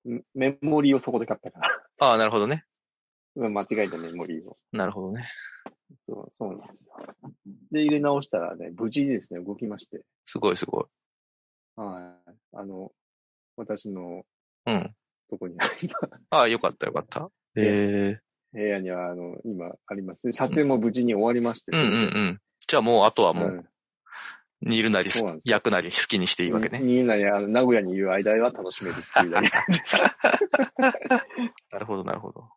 Speaker 2: メメモリーをそこで買ったから。 [laughs]
Speaker 1: ああ、なるほどね。
Speaker 2: うん間違えたメモリーを。
Speaker 1: なるほどね。
Speaker 2: そう、そうなんですよ。で、入れ直したらね、無事ですね、動きまして。
Speaker 1: すごいすごい。
Speaker 2: はい。あの、私の
Speaker 1: うん。
Speaker 2: とこにあります [laughs]
Speaker 1: ああ、よかったよかった。へえ。
Speaker 2: 部屋には、あの、今あります。撮影も無事に終わりまして。
Speaker 1: うんうんうん。じゃあもう、あとは
Speaker 2: う
Speaker 1: もう、
Speaker 2: ん。
Speaker 1: 煮るなり
Speaker 2: そうなんで、す
Speaker 1: 焼くなり、好きにしていいわけね。
Speaker 2: みんなに、あの、名古屋にいる間は楽しめるっていうだ
Speaker 1: [laughs]
Speaker 2: けなんですけど
Speaker 1: なるほど、なるほど。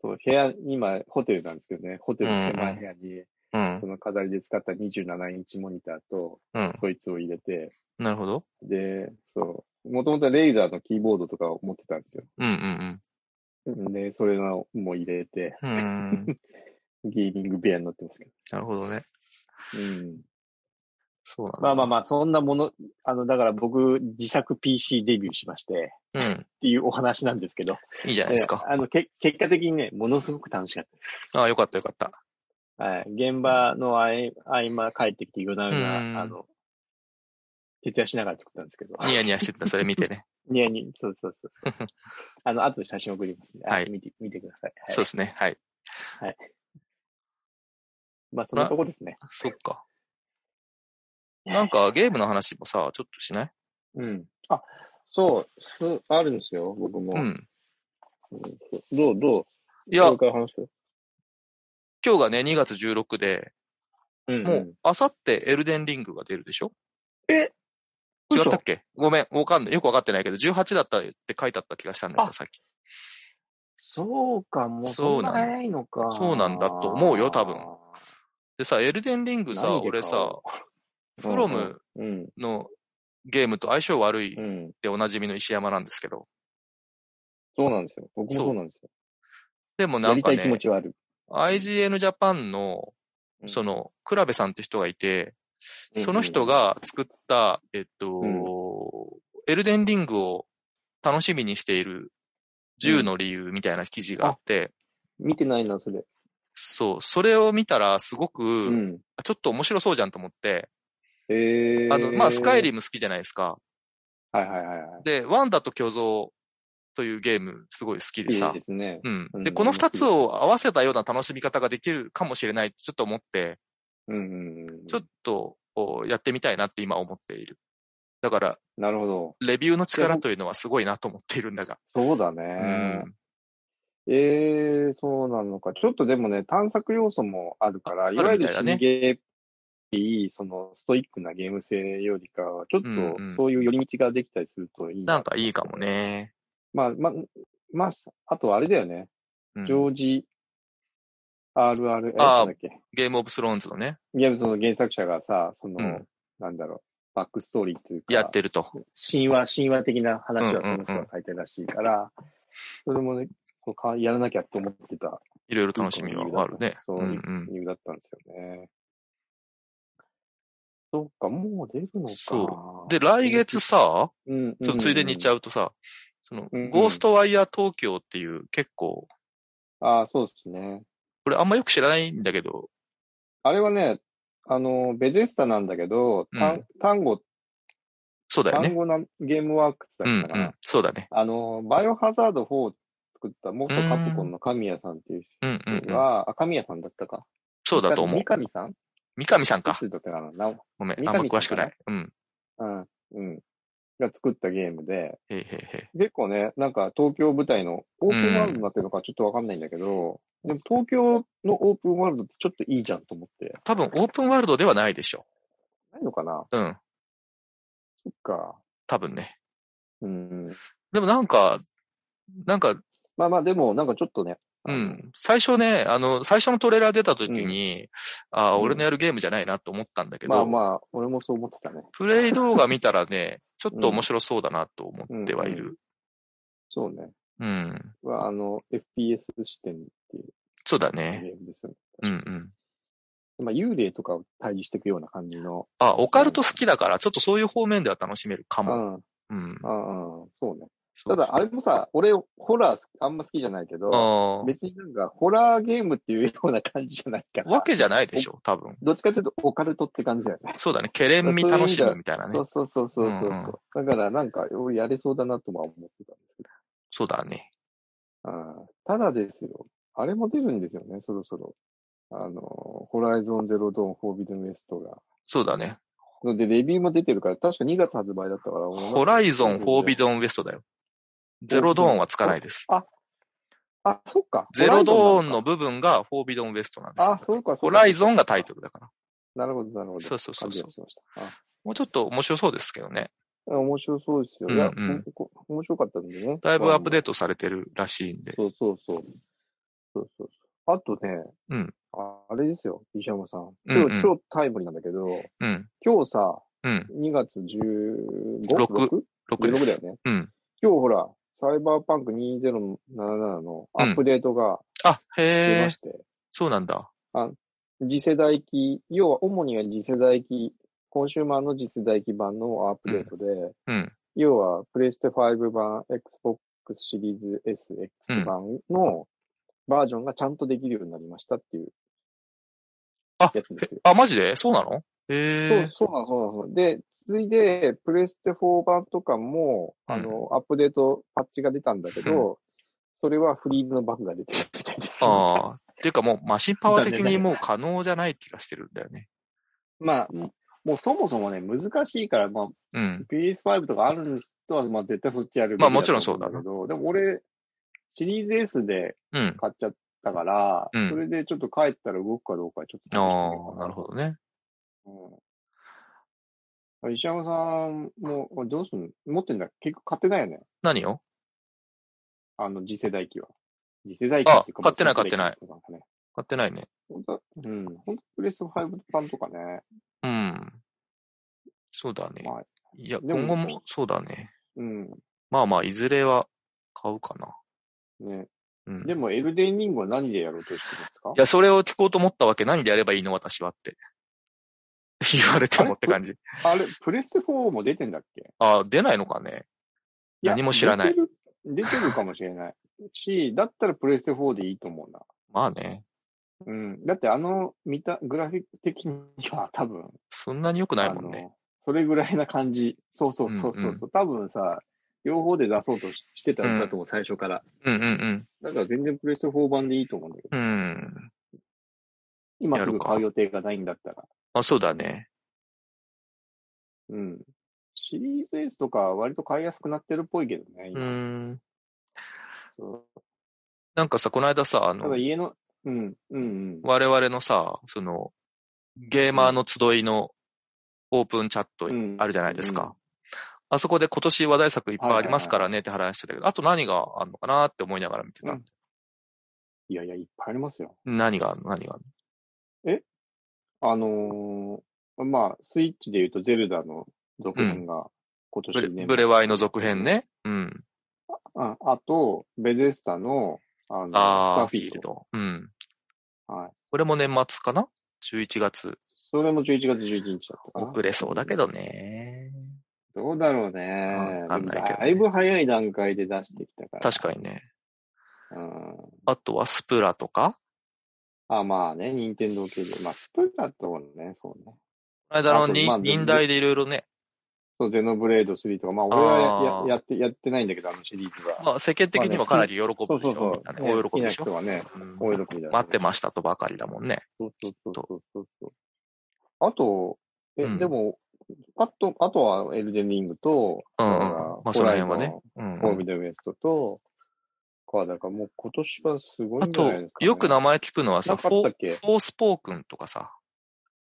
Speaker 2: そう、部屋、今、ホテルなんですけどね、ホテルの狭い部屋に、
Speaker 1: うん
Speaker 2: そ。の飾りで使った27インチモニターと、
Speaker 1: うん。
Speaker 2: そいつを入れて、
Speaker 1: なるほど。
Speaker 2: で、そう、もともとレイザーのキーボードとかを持ってたんですよ。
Speaker 1: うんうん
Speaker 2: で、それのも入れて、
Speaker 1: うん。うん。
Speaker 2: ゲーミング部屋になってますけ
Speaker 1: なるほどね。
Speaker 2: ど。うん。
Speaker 1: そうなんだ。
Speaker 2: まあまあまあ、そんなもの、あの、だから僕、自作 PC デビューしまして、
Speaker 1: あ。うん。
Speaker 2: っていうお話なんですけど。
Speaker 1: いいじゃないですか。
Speaker 2: えーあの、け、結果的にね、ものすごく楽しかったです。
Speaker 1: ああ、よかったよかった。
Speaker 2: はい。現場の合い合間帰ってきて、夜な夜
Speaker 1: うん
Speaker 2: な、あの、徹夜しながら作ったんですけど。
Speaker 1: ニヤニヤ
Speaker 2: [laughs]
Speaker 1: してた、それ見てね。
Speaker 2: ニヤニヤ、そうそ
Speaker 1: [laughs]
Speaker 2: うそうそう。あの、後で写真送りますね。
Speaker 1: はい
Speaker 2: あ見て、見てください。はい、
Speaker 1: そうですね。はい。
Speaker 2: まあ、そのとこですね。
Speaker 1: そっか。なんかゲームの話もさ、ちょっとしない
Speaker 2: うん。あ、そう、そうあるんですよ、僕も。
Speaker 1: うん。
Speaker 2: どう、どう
Speaker 1: い
Speaker 2: い
Speaker 1: や、
Speaker 2: から話す
Speaker 1: 今日がね、2月16で、
Speaker 2: うん、
Speaker 1: もう、あさってエルデンリングが出るでしょ違ったっ
Speaker 2: 嘘
Speaker 1: けごめん、わかんない。よくわかってないけど、18だったって書いてあった気がしたんだけど、
Speaker 2: あ
Speaker 1: さっき。
Speaker 2: そうか、もう
Speaker 1: そ
Speaker 2: そう
Speaker 1: なん
Speaker 2: んな早いのか。
Speaker 1: そうなんだと思うよ多分でさ、エルデンリング
Speaker 2: な
Speaker 1: さ、
Speaker 2: んでか
Speaker 1: 俺さ、
Speaker 2: うん
Speaker 1: フロム
Speaker 2: うん、
Speaker 1: のゲームと相性悪いっ
Speaker 2: うん。
Speaker 1: ておなじみの石山なんですけど、
Speaker 2: そうなんですよ。僕もそうなんですよ。
Speaker 1: でもな
Speaker 2: や
Speaker 1: ん
Speaker 2: り
Speaker 1: か
Speaker 2: たい気
Speaker 1: ね
Speaker 2: 持、ちはある。
Speaker 1: IGN ジャパンの、
Speaker 2: うん
Speaker 1: その、クラベさんって人がいて、
Speaker 2: うん
Speaker 1: その人が作った、えっと、エルデンリングを楽しみにしている10の理由みたいな記事があって、
Speaker 2: 見てないな、それ。
Speaker 1: そう、それを見たらすごく、
Speaker 2: うん。
Speaker 1: あちょっと面白そうじゃんと思って、
Speaker 2: えー、
Speaker 1: あの、まあ、スカイリム好きじゃないですか。
Speaker 2: はいはいはいはい。
Speaker 1: で、ワンダと巨像というゲームすごい好きで
Speaker 2: い
Speaker 1: さ
Speaker 2: いで、すね。
Speaker 1: うん
Speaker 2: う。ん
Speaker 1: で、この二つを合わせたような楽しみ方ができるかもしれないとちょっと思って、
Speaker 2: うんうんうん。
Speaker 1: ちょっとこうやってみたいなって今思っている。だから、
Speaker 2: なるほど。
Speaker 1: レビューの力というのはすごいなと思っているんだが。
Speaker 2: そうだね。
Speaker 1: うん。
Speaker 2: ええそうなのか。ちょっとでもね、探索要素もあるから、い
Speaker 1: る
Speaker 2: わゆ
Speaker 1: み
Speaker 2: る
Speaker 1: たいだ
Speaker 2: 死
Speaker 1: ね
Speaker 2: にゲーっていい、そのストイックなゲーム性よりかは、ちょっと
Speaker 1: うんうん
Speaker 2: そういう寄り道ができたりするといい
Speaker 1: なんかいいかも。ね。
Speaker 2: まあ、まあ、まあ、あとあれだよね。
Speaker 1: うん
Speaker 2: ジョージ、RR、え
Speaker 1: あー
Speaker 2: なんだっけ。
Speaker 1: ゲームオブスローンズのね。
Speaker 2: ゲームその原作者がさ、その、
Speaker 1: うん
Speaker 2: なんだろう、バックストーリーっていうか、
Speaker 1: やってると。
Speaker 2: 神話、神話的な話はその人が書いてるらしいから、それもね、こうかやらなきゃって思ってた
Speaker 1: いろいろ楽しみはあるね。
Speaker 2: そう
Speaker 1: うんうん
Speaker 2: 理由だったんですよね。そっか、もう出るのか。
Speaker 1: そで、来月さ、
Speaker 2: うん、
Speaker 1: ちょっとついでに言っちゃ
Speaker 2: う
Speaker 1: うとさ、その、
Speaker 2: うんうん
Speaker 1: ゴーストワイヤー東京っていう結構、
Speaker 2: ん。ああ、そうですね。
Speaker 1: これあんまよく知らないんだけど、
Speaker 2: あれはね、あの、ベゼスタなんだけど、
Speaker 1: う
Speaker 2: 単
Speaker 1: ん
Speaker 2: 単語、
Speaker 1: そうだよね。
Speaker 2: 単語なゲームワークスだ
Speaker 1: う
Speaker 2: っ
Speaker 1: ん
Speaker 2: たか
Speaker 1: う
Speaker 2: ら、
Speaker 1: ん。そうだね。
Speaker 2: あの、バイオハザード4を作った元カプコンの神谷さんっていう
Speaker 1: うんうん、
Speaker 2: 人
Speaker 1: うん。
Speaker 2: は、あ神谷さんだったか。
Speaker 1: そうだと思う
Speaker 2: 三。上さん
Speaker 1: 三上さんか
Speaker 2: 作。ってたかな。な
Speaker 1: ごめん。
Speaker 2: 三
Speaker 1: あん
Speaker 2: 上さ
Speaker 1: ま
Speaker 2: ん
Speaker 1: 詳しくない。うん。
Speaker 2: うん、うん。が作ったゲームで、
Speaker 1: へいへいへ
Speaker 2: 結構ね、なんか東京舞台のオープンワールドになってるのかちょっとわかんないんだけど、でも東京のオープンワールドってちょっといいじゃんと思って。
Speaker 1: い。多分オープンワールドではないでしょ
Speaker 2: ないのかな
Speaker 1: う。うん。
Speaker 2: そっか。
Speaker 1: 多分ね。
Speaker 2: うん。
Speaker 1: でもなんか、なんか、
Speaker 2: まあまあでも、なんかちょっとね。
Speaker 1: う
Speaker 2: あの。
Speaker 1: ん。最初ね、あの、最初のトレーラー出た時に、ああ、
Speaker 2: うん
Speaker 1: 俺のやるゲームじゃないなと思ったんだけど、
Speaker 2: まあまあ、俺もそう思ってたね。
Speaker 1: プレイ動画見たらね、ちょっと面白そうだなと思ってはいる。
Speaker 2: そうね。
Speaker 1: うん。
Speaker 2: は、あの、FPS 視点っていう
Speaker 1: そうだ
Speaker 2: ゲ
Speaker 1: ね。
Speaker 2: ームですよね。
Speaker 1: うんうん。
Speaker 2: まあ、幽霊とかを対峙していくような感じの。
Speaker 1: あ、オカルト好きだから、ちょっとそういう方面では楽しめるか
Speaker 2: う
Speaker 1: も。
Speaker 2: ん。うん、
Speaker 1: うん。
Speaker 2: そうね。
Speaker 1: そ
Speaker 2: た
Speaker 1: う
Speaker 2: だ、あれもさ、俺、ホラーあんま好きじゃないけど、
Speaker 1: あ
Speaker 2: 別になんか、ホラーゲームっていうような感じじゃないか
Speaker 1: あ、
Speaker 2: ら。
Speaker 1: わけじゃないでしょ、多分。
Speaker 2: どっちかっていうと、オカルトって感じだよね。
Speaker 1: そうだね。ケレン味楽しむみたいなね
Speaker 2: そ。うそうそうそうそ
Speaker 1: う
Speaker 2: う。
Speaker 1: ん
Speaker 2: だから、なんか、俺やれそうだなとは思ってたんですけ
Speaker 1: そうだね。
Speaker 2: ど。うんただですよ。あれも出るんですよね、そろそろ。あの、ホライゾンゼロドーン、フォービドンウエストが。
Speaker 1: そうだね。
Speaker 2: ので、レビューも出てるから、確か2月発売だったから、俺も
Speaker 1: ホライゾン、フォービドンウエストだよ。ゼロドーンはつかないです。
Speaker 2: あ、そっか。
Speaker 1: ゼロドー
Speaker 2: ホライゾ
Speaker 1: ン
Speaker 2: な
Speaker 1: の
Speaker 2: か。
Speaker 1: 部分がフォービドンウエストなんですよ。
Speaker 2: あ、そうか、そ
Speaker 1: ホ
Speaker 2: うか
Speaker 1: ライゾンがタイトルだから。
Speaker 2: なるほど、なるほど。
Speaker 1: そうそうそうそう
Speaker 2: 勘違いしてました。あ
Speaker 1: もうちょっと面白そうですけどね。
Speaker 2: あ面白そうですよ。いや、
Speaker 1: うんうん
Speaker 2: ここ面白かったんでね。
Speaker 1: だいぶアップデー
Speaker 2: ト。
Speaker 1: トされてるらしいんで。
Speaker 2: そうそうそう。そうそうそう。あとね、
Speaker 1: うん
Speaker 2: ああれですよ、石山さん。
Speaker 1: うんうん
Speaker 2: 今日超タイムリーなんだけど、
Speaker 1: うん。
Speaker 2: 今日さ、
Speaker 1: うん。
Speaker 2: 2月 15?
Speaker 1: 六
Speaker 2: 6?
Speaker 1: 6で
Speaker 2: 16だよ
Speaker 1: す。
Speaker 2: ね。
Speaker 1: うん。
Speaker 2: 今日ほら、サイバーパンク2077のアップデートが
Speaker 1: あ、
Speaker 2: 出
Speaker 1: へ
Speaker 2: ま
Speaker 1: え、
Speaker 2: して、
Speaker 1: そうなんだ。
Speaker 2: 次世代機、要は主には次世代機、コンシューマーの次世代機版のアップデートで、
Speaker 1: うん。
Speaker 2: 要は、プレステ5版、Xbox シリーズ SX 版のバージョンがちゃんとできるようになりましたっていう
Speaker 1: あ
Speaker 2: やつですよ。
Speaker 1: あ、マジでそうなのへえ。
Speaker 2: そう、そうなの、そうなの。で、続いて、プレステ4版とかも、
Speaker 1: うん
Speaker 2: あの、アップデート、パッチが出たんだけど、それはフリーズのバグが出てるみたいです。
Speaker 1: ああ。っていうかもうマシンパワー的にもう可能じゃない気がしてるんだよね。
Speaker 2: まあ、もうそもそもね、難しいから、まあ、
Speaker 1: うん。
Speaker 2: PS5 とかある人は、まあ、絶対そっちやるべき
Speaker 1: まあもちろん
Speaker 2: と思だ
Speaker 1: そう
Speaker 2: けど、でも俺、シリーズ S で
Speaker 1: うん。
Speaker 2: 買っちゃったから、
Speaker 1: うん
Speaker 2: それでちょっと帰ったら動くかどうかちょっと試してみ
Speaker 1: ああ、
Speaker 2: ようか。
Speaker 1: なるほどね。
Speaker 2: うん。石山さんも、これどうすんの持ってんだ結構買ってないよね
Speaker 1: 何を
Speaker 2: あの、次世代機は。次世代機っていうか
Speaker 1: あ買ってない買ってない。
Speaker 2: もう次世代機とかね
Speaker 1: 買ってないね。
Speaker 2: 本当うん。本当プレステ5版とかね。
Speaker 1: うん。そうだね。
Speaker 2: まあ、
Speaker 1: いや、
Speaker 2: でも
Speaker 1: 今後もそうだね。
Speaker 2: うん。
Speaker 1: まあまあ、いずれは買うかな。
Speaker 2: ね。
Speaker 1: うん。
Speaker 2: でも、エルデンリングは何でやろうとしてるんですか
Speaker 1: いや、それを聞こうと思ったわけ。何でやればいいの私はって。 [laughs] 言われてもって感じ。
Speaker 2: あれ、プレステ4も出てんだっけ
Speaker 1: ああ、出ないのかね。
Speaker 2: いや
Speaker 1: 何も知らない
Speaker 2: 出てる。出てるかもしれない。し、だったらプレステ4でいいと思うな。
Speaker 1: まあね。
Speaker 2: うん。だってあの、見た、グラフィック的には多分、
Speaker 1: そんなに良くないもん
Speaker 2: あ
Speaker 1: ね。
Speaker 2: の、それぐらいな感じ。そうそうそうそう。う
Speaker 1: うんう
Speaker 2: 多分さ、両方で出そうとししてたんだと思う、最初から。
Speaker 1: うんうん
Speaker 2: だから全然プレステ4版でいいと思うんだけど。
Speaker 1: うん。うん。
Speaker 2: 今す
Speaker 1: やる
Speaker 2: ぐ
Speaker 1: か
Speaker 2: 買う予定がないんだったら。
Speaker 1: あ、そうだね。
Speaker 2: うん。シリーズ S とか割と買いやすくなってるっぽいけど
Speaker 1: う
Speaker 2: ね、今。
Speaker 1: ん。
Speaker 2: そう
Speaker 1: なんかさ、この間さ、あ
Speaker 2: ただ
Speaker 1: の、
Speaker 2: 家の、うん、うん、うん。
Speaker 1: 我々のさ、その、ゲーマーの集いのオープンチャット
Speaker 2: うん
Speaker 1: あるじゃないです
Speaker 2: うん
Speaker 1: か。あそこで今年話題作いっぱいありますからねって話してたけど、あと何があるのかなって思いながら見てた。
Speaker 2: うんいやいや、いっぱいありますよ。
Speaker 1: 何があるの何がある
Speaker 2: あのーまあ、スイッチで言うと、ゼルダの続編が今
Speaker 1: ブレ
Speaker 2: 年年末
Speaker 1: ブレワイの続編ね。うん。
Speaker 2: ああと、ベゼスタの、あの、スタ
Speaker 1: あ
Speaker 2: ー
Speaker 1: ー、
Speaker 2: フ
Speaker 1: フ
Speaker 2: ィ
Speaker 1: ィ
Speaker 2: ー
Speaker 1: ー
Speaker 2: ル
Speaker 1: ル
Speaker 2: ド。
Speaker 1: ド。うん。
Speaker 2: はい。
Speaker 1: これも年末かな ?11 月。
Speaker 2: それも11月11日だったかな。
Speaker 1: 遅れそうだけどね。
Speaker 2: どうだろうね。
Speaker 1: わかんないけどね
Speaker 2: だいぶ早い段階で出してきたから。
Speaker 1: 確かにね。
Speaker 2: うん。
Speaker 1: あとはスプラとか
Speaker 2: あ、まあね、任天堂系で。まあ、スプラとかね、そうね。
Speaker 1: この間
Speaker 2: あ
Speaker 1: の
Speaker 2: と
Speaker 1: に
Speaker 2: まあ
Speaker 1: 忍耐でいろいろね。
Speaker 2: そう、ゼノブレード3とか、まあ、俺はやややって、やってないんだけど、あのシリーズは。
Speaker 1: まあ世間的にはかなり喜ぶ
Speaker 2: そう
Speaker 1: で
Speaker 2: そう
Speaker 1: しょ
Speaker 2: そ
Speaker 1: みんな
Speaker 2: う。
Speaker 1: ね。
Speaker 2: ね
Speaker 1: 大喜
Speaker 2: 好き
Speaker 1: び
Speaker 2: な
Speaker 1: でし
Speaker 2: 人
Speaker 1: ょ
Speaker 2: はね、
Speaker 1: うん
Speaker 2: 大喜びだ。
Speaker 1: 待ってましたとばかりだもんね。
Speaker 2: そうそうそう
Speaker 1: と
Speaker 2: そうそうそう。あと、え、
Speaker 1: うん
Speaker 2: でも、あと、あとはエルデンリングと、
Speaker 1: うんうん
Speaker 2: だから
Speaker 1: まあその辺はね。うん
Speaker 2: ホライゾンフォービドウエストと、か、だからもう今年はすごい
Speaker 1: あ
Speaker 2: んじゃない
Speaker 1: と
Speaker 2: です、か、ね。
Speaker 1: よく名前聞くのはさ、
Speaker 2: な
Speaker 1: フ
Speaker 2: かった
Speaker 1: ォ
Speaker 2: っけ
Speaker 1: フォースポークンとかさ、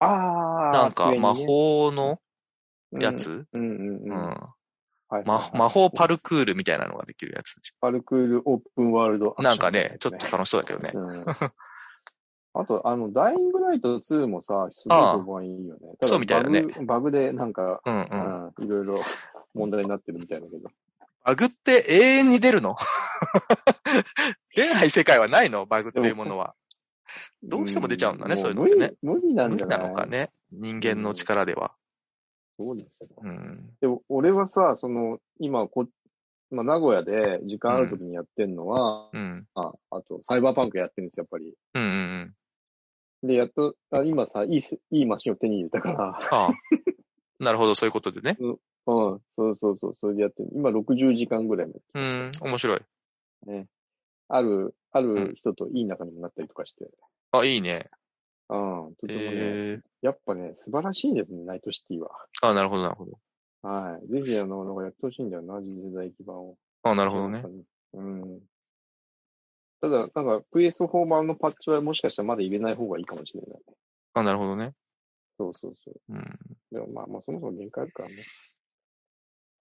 Speaker 2: ああ、
Speaker 1: なんか
Speaker 2: 末にね
Speaker 1: 魔法のや。つ、
Speaker 2: うんうんうん
Speaker 1: う
Speaker 2: うんん。はいはい
Speaker 1: ま魔法パルクールみたいなのができるやつ。
Speaker 2: パルクールオープンワールドアクション
Speaker 1: なんかね、ちょっと
Speaker 2: みたい
Speaker 1: 楽しそうだけどね。
Speaker 2: なやつね。うんあと、あの、ダイイングライト2もさ、すごい
Speaker 1: ああ
Speaker 2: 評判いいよね。
Speaker 1: そうみたいだね
Speaker 2: バグバグで、なんか、
Speaker 1: うんうん。
Speaker 2: うんいろいろ問題になってるみたいだけど。
Speaker 1: バグって永遠に出るの [laughs] 出ない世界はないのバグっていうものは。どうしても出ちゃうんだねそういうのってね
Speaker 2: も無理。無理なん
Speaker 1: 無
Speaker 2: じゃ
Speaker 1: 理
Speaker 2: な
Speaker 1: ないのか。ね。人間の力では。
Speaker 2: そうですよ。
Speaker 1: うん。
Speaker 2: でも、俺はさ、その、今こ、まあ、名古屋で時間ある時にやってんのは、
Speaker 1: うん。
Speaker 2: ああと、サイバーパンクやってるんですよ、やっぱり。
Speaker 1: うんうんうん。
Speaker 2: で、やっと、あ今さ、いいす、いいマシンを手に入れたから、 [laughs]
Speaker 1: ああ。なるほど、そういうことでね。
Speaker 2: うん、そうそうそう、それでやってる。今60時間ぐらいまで
Speaker 1: うん、面白い。
Speaker 2: ね。ある、あ
Speaker 1: うん
Speaker 2: る人といい仲にもなったりとかして。
Speaker 1: あ、いいね。
Speaker 2: うん、とてもね、
Speaker 1: ええ
Speaker 2: やっぱね、素晴らしいですね、ナイトシティは。
Speaker 1: あ、なるほど、なるほど。
Speaker 2: はい。ぜひ、あの、なんかやってほしいんだよな、次世代基盤を。
Speaker 1: あ、な
Speaker 2: な
Speaker 1: るほどね。。
Speaker 2: うん。ただ、なんか PS4 版のパッチはもしかしたらまだ入れない方がいいかもしれない。
Speaker 1: あ、なるほどね。
Speaker 2: そうそうそう。
Speaker 1: うん。
Speaker 2: でもまあまあ、そもそも限界あるからね。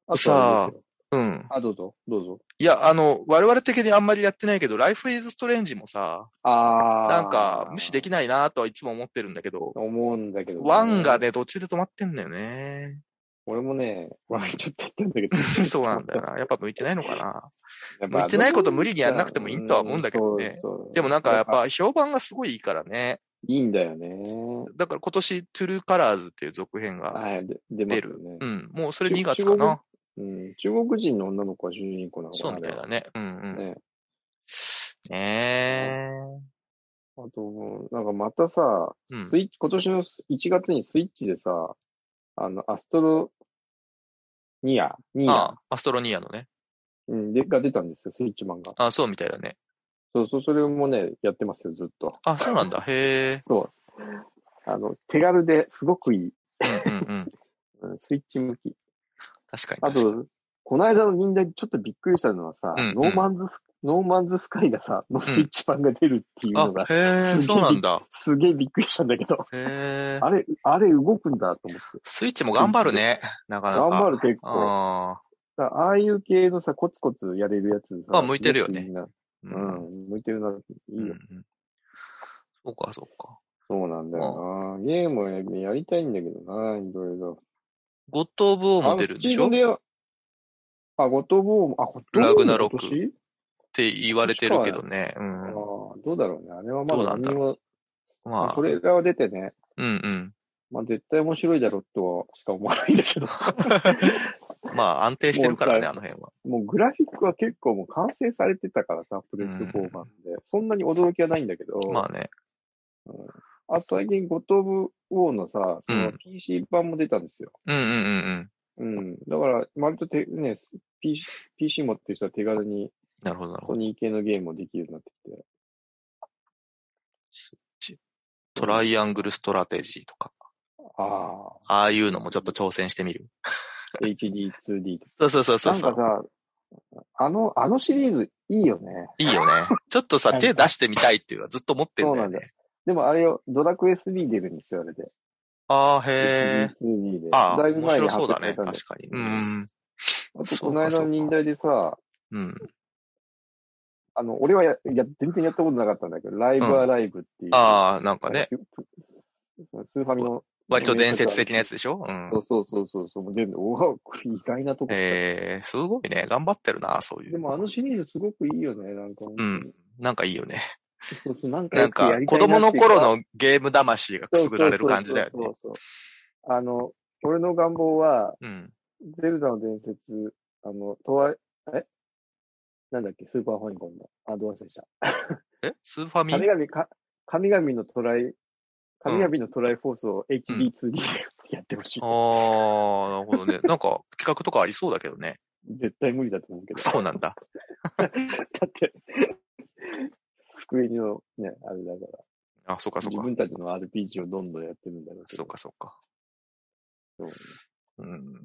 Speaker 1: あと
Speaker 2: は
Speaker 1: さ
Speaker 2: あれですよ、
Speaker 1: うん。
Speaker 2: あ、どうぞ、どうぞ。
Speaker 1: いや、あの、我々的にあんまりやってないけど、Life is Strange もさ、
Speaker 2: あー
Speaker 1: なんか無視できないなとはいつも思ってるんだけど、
Speaker 2: 思うんだけど、
Speaker 1: ワンが。ね、途中で止まってんだよ
Speaker 2: [laughs]
Speaker 1: ね。。
Speaker 2: 俺もね、ワンちょっとやってんだけど
Speaker 1: [laughs] そうなんだよな。やっぱ向いてないのか
Speaker 2: [laughs]
Speaker 1: な。
Speaker 2: やっぱ
Speaker 1: 向いてないこと無理にやんなくてもいいとは思うんだけどね。
Speaker 2: そうそう
Speaker 1: でもなんかやっ。ぱ評判がすごいいいからね。
Speaker 2: いいんだよね。
Speaker 1: だから今年、トゥルーカラーズっていう続編が
Speaker 2: はい、で出ます
Speaker 1: 出
Speaker 2: よ
Speaker 1: る。
Speaker 2: ね
Speaker 1: う。ん。もうそれ2月かな。
Speaker 2: うん。中国人の女の子は主人公なのか
Speaker 1: そ
Speaker 2: な
Speaker 1: うみたいだね。うんう
Speaker 2: あ
Speaker 1: ん。
Speaker 2: れは
Speaker 1: ね
Speaker 2: ね。
Speaker 1: え。
Speaker 2: あと、なんかまたさ、
Speaker 1: うん
Speaker 2: スイッチ、今年の1月にスイッチでさ、あの、アストロニア、ニア
Speaker 1: ああ、アストロニアのね。
Speaker 2: うんでが出たんですよ、スイッチ漫画。
Speaker 1: ああ、そうみたいだね。
Speaker 2: そうそう、それもね、やってますよ、ずっと。
Speaker 1: あそうなんだ。へ
Speaker 2: そう。あの、手軽ですごくいい。
Speaker 1: え。うんうんうん。
Speaker 2: うんスイッチ向き。
Speaker 1: 確かに。
Speaker 2: あ
Speaker 1: 確かに、
Speaker 2: と、この間の忍耐ちょっとびっくりしたのはさ、
Speaker 1: うんうん
Speaker 2: ノーマンズス、ノーマンズスカイがさ、のスイッチ版が出るっていうのが、
Speaker 1: あ、
Speaker 2: [laughs]
Speaker 1: へえ、そうなんだ。
Speaker 2: すげえびっくりしたんだ
Speaker 1: [laughs]
Speaker 2: けど、
Speaker 1: へえ。
Speaker 2: あれ、あれ動くんだと思って。
Speaker 1: スイッチも頑張るね。なかなか。
Speaker 2: 頑張る結構。
Speaker 1: あ
Speaker 2: だああいう系のさ、コツコツやれるやつさ。
Speaker 1: まあ向いてるよね
Speaker 2: すごくいいな。
Speaker 1: あ。
Speaker 2: う。ん、向いてるな。いいよ。
Speaker 1: うんうんそうか、そうか。
Speaker 2: そうなんだよな。ゲームをややりたいんだけどな、いろいろ。
Speaker 1: ゴッド・オブ・オーも出るんでしょ
Speaker 2: あ
Speaker 1: っ
Speaker 2: の Steam やあ、ゴッドボーも、あ、ゴッドボーも
Speaker 1: ラグナロク
Speaker 2: 今年
Speaker 1: て言われてるけどね。う
Speaker 2: あ
Speaker 1: ん
Speaker 2: あ。どうだろうね。あれはま
Speaker 1: どう
Speaker 2: だ
Speaker 1: なんだ
Speaker 2: 何も、
Speaker 1: まあ
Speaker 2: ト、レーラーは出てね、
Speaker 1: うんうん。
Speaker 2: まあ絶対面白いだろうとはしか思わないん
Speaker 1: [laughs]
Speaker 2: だけど、
Speaker 1: まあ、安定してるからね、
Speaker 2: も
Speaker 1: あの辺は。
Speaker 2: もうグラフィックは結構もう完成されてたからさ、プレス4版で。そんなに驚きはないんだけど、
Speaker 1: まあね。
Speaker 2: あ、最近、ゴッド・オブ・ウォーのさ、そうの
Speaker 1: ん
Speaker 2: PC 版も出たんですよ。
Speaker 1: うんうんうんうん。
Speaker 2: うん。だから、割とて、ね、PC, PC 持ってる人は手軽に
Speaker 1: なるほど、なるほど。
Speaker 2: ソニー系のゲームもできるようになってきて。
Speaker 1: トライアングル・ストラテジーとか。
Speaker 2: あ
Speaker 1: ああいうのもちょっと挑戦してみる。
Speaker 2: あ、HD、2D とか。
Speaker 1: そうそうそうそうそ
Speaker 2: なん
Speaker 1: う。
Speaker 2: かさ、あの、あのシリーズいいよね。
Speaker 1: いいよ
Speaker 2: [laughs]
Speaker 1: ね。ちょっとさ、手出してみたいっていうのはずっと思ってんだよ
Speaker 2: そうなんだ
Speaker 1: ね。
Speaker 2: でもあれよ、ドラクエ3出るんですよ、あれで。
Speaker 1: ああ、へえ。
Speaker 2: HD、2D で。
Speaker 1: ああ、
Speaker 2: だいぶ
Speaker 1: 面
Speaker 2: 前に
Speaker 1: 白
Speaker 2: 発
Speaker 1: そうだ
Speaker 2: 表され
Speaker 1: ね。
Speaker 2: たんだよ
Speaker 1: 確かに。うん。
Speaker 2: あと、
Speaker 1: そ
Speaker 2: こ
Speaker 1: う
Speaker 2: の
Speaker 1: か
Speaker 2: 間の忍耐でさ、
Speaker 1: うん。
Speaker 2: あの、俺はや、いや、全然やったことなかったんだけど、ライブアライブっていう。
Speaker 1: ああ、なんかね。
Speaker 2: スーファミの
Speaker 1: 割と伝説的なやつでしょうん
Speaker 2: そ。うそうそうそうそう。で、うわ、これ意外なとこ。
Speaker 1: えー、すごいね。頑張ってるな、そういう。
Speaker 2: でもあのシリーズすごくいいよね、なんか。
Speaker 1: うん。なんかいいよね。
Speaker 2: そうそう、なんか
Speaker 1: な
Speaker 2: や
Speaker 1: ん
Speaker 2: っぱ
Speaker 1: か
Speaker 2: や、りた
Speaker 1: 子
Speaker 2: いなっていう
Speaker 1: 供の頃のゲーム魂がくすぐられる感じだよ
Speaker 2: そう
Speaker 1: ね
Speaker 2: そ。うそうそうあの、俺の願望は、
Speaker 1: うん。
Speaker 2: ゼルダの伝説、あの、とわ、えなんだっけ、スーパーファミコンだ。あ、どう忘れした。
Speaker 1: えスーファミ
Speaker 2: 神々か、神々のトライ、神々のトライフォースを HD2D でやってほしい。
Speaker 1: あー、なるほどね。なんか、企画とかありそうだけどね。
Speaker 2: 絶対無理だと思うけど。
Speaker 1: そうなんだ。
Speaker 2: だって、救いのね、あれだから、
Speaker 1: あ、そうかそう
Speaker 2: 自
Speaker 1: か。
Speaker 2: 分たちの RPG をどんどんやってるんだろうけ
Speaker 1: そ
Speaker 2: ど。
Speaker 1: うかそうか。
Speaker 2: そう。
Speaker 1: うん。